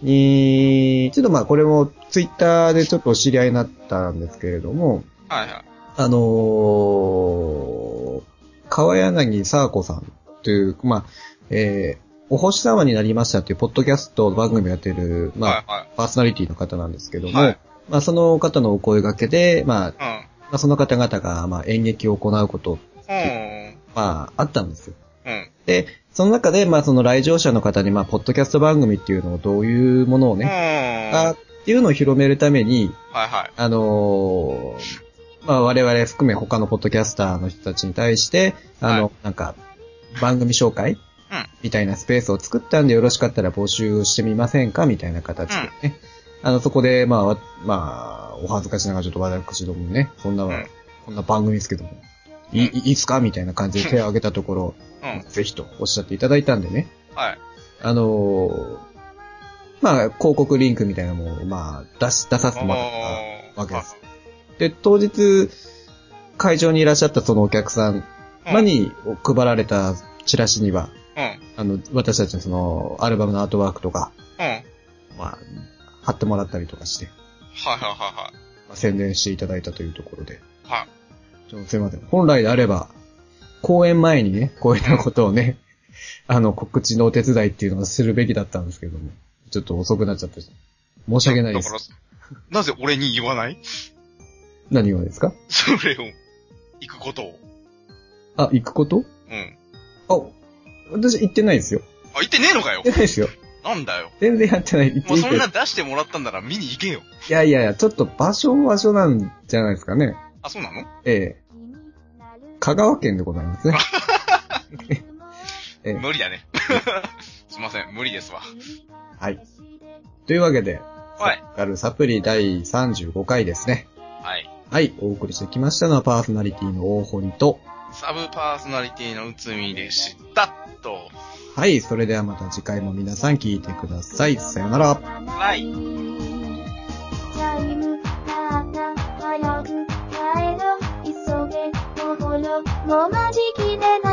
Speaker 1: に、ちょっとまあ、これもツイッターでちょっとお知り合いになったんですけれども、
Speaker 2: はいはい。
Speaker 1: あのー、川柳沢子さんという、まあ、えーお星様になりましたっていうポッドキャスト番組をやってる、まあ、
Speaker 2: は
Speaker 1: パーソナリティの方なんですけど
Speaker 2: い
Speaker 1: も、
Speaker 2: はい。はい。
Speaker 1: まあ、その方のお声掛けで、まあ、
Speaker 2: うん。
Speaker 1: まあその方々が、まあ、演劇を行うこと、
Speaker 2: うん。
Speaker 1: まあ、あったんですよ。
Speaker 2: うん。
Speaker 1: で、その中で、まあ、その来場者の方に、まあ、ポッドキャスト番組っていうのをどういうものを
Speaker 2: うん。
Speaker 1: ね、あ
Speaker 2: は
Speaker 1: っていうのを広めるために、
Speaker 2: いはい。
Speaker 1: あのーまあ、我々含め他のポッドキャスターの人たちに対して、あの、
Speaker 2: は
Speaker 1: なんか、番組紹介
Speaker 2: うん
Speaker 1: みたいなスペースを作ったんでよろしかったら募集してみませんかみたいな形でね。あの、そこで、まあ、わまあ、お恥ずかしながらちょっと私どもね、こんな、
Speaker 2: うん
Speaker 1: こんな番組ですけども、い、いいいですかみたいな感じで手を挙げたところ、
Speaker 2: うん。
Speaker 1: ぜひとおっしゃっていただいたんでね。
Speaker 2: はい。
Speaker 1: あのーまあ、広告リンクみたいなのも、まあ、出し、出させてもらった。
Speaker 2: おー
Speaker 1: わけです。で、当日、会場にいらっしゃったそのお客さん
Speaker 2: う
Speaker 1: ま
Speaker 2: ん。
Speaker 1: に配られたチラシには、
Speaker 2: うん。
Speaker 1: あの、私たちのその、アルバムのアートワークとか、
Speaker 2: うん。はい
Speaker 1: まあ、貼ってもらったりとかして、
Speaker 2: はいは
Speaker 1: まあ、宣伝していただいたというところで、
Speaker 2: いはい。はい。
Speaker 1: ちょっとすいません。本来であれば、公演前にね、こういったことをね、あの、告知のお手伝いっていうのをするべきだったんですけども、ちょっと遅くなっちゃったし、申し訳ないで
Speaker 2: だ
Speaker 1: す。
Speaker 2: からなぜ俺に言わない
Speaker 1: 何がですか
Speaker 2: それを、行くことを。
Speaker 1: あ、行くこと
Speaker 2: うん。
Speaker 1: あ、私行ってないですよ。
Speaker 2: あ、行ってねえのかよ
Speaker 1: 行ってないですよ。
Speaker 2: なんだよ。
Speaker 1: 全然やってない。言って
Speaker 2: も
Speaker 1: いうい
Speaker 2: そ
Speaker 1: け
Speaker 2: ん
Speaker 1: ど
Speaker 2: な。出してもらったんなら見に行けよ。
Speaker 1: いやいやいや、ちょっと場所場所なんじゃないですかね。
Speaker 2: あ、そうなの
Speaker 1: ええ香川県でございますね。ええ
Speaker 2: 無理だね。 すいません、無理ですわ。
Speaker 1: はい。というわけで、
Speaker 2: はい。
Speaker 1: ガルサプリ第35回ですね。
Speaker 2: はい。
Speaker 1: はい。お送りしてきましたのはパーソナリティの大堀と、
Speaker 2: サブパーソナリティの内海でした。と。
Speaker 1: はい。それではまた次回も皆さん聞いてください。さよなら。
Speaker 2: はい
Speaker 3: チャイム鳴った早く帰ろう急げ心も間仕切れない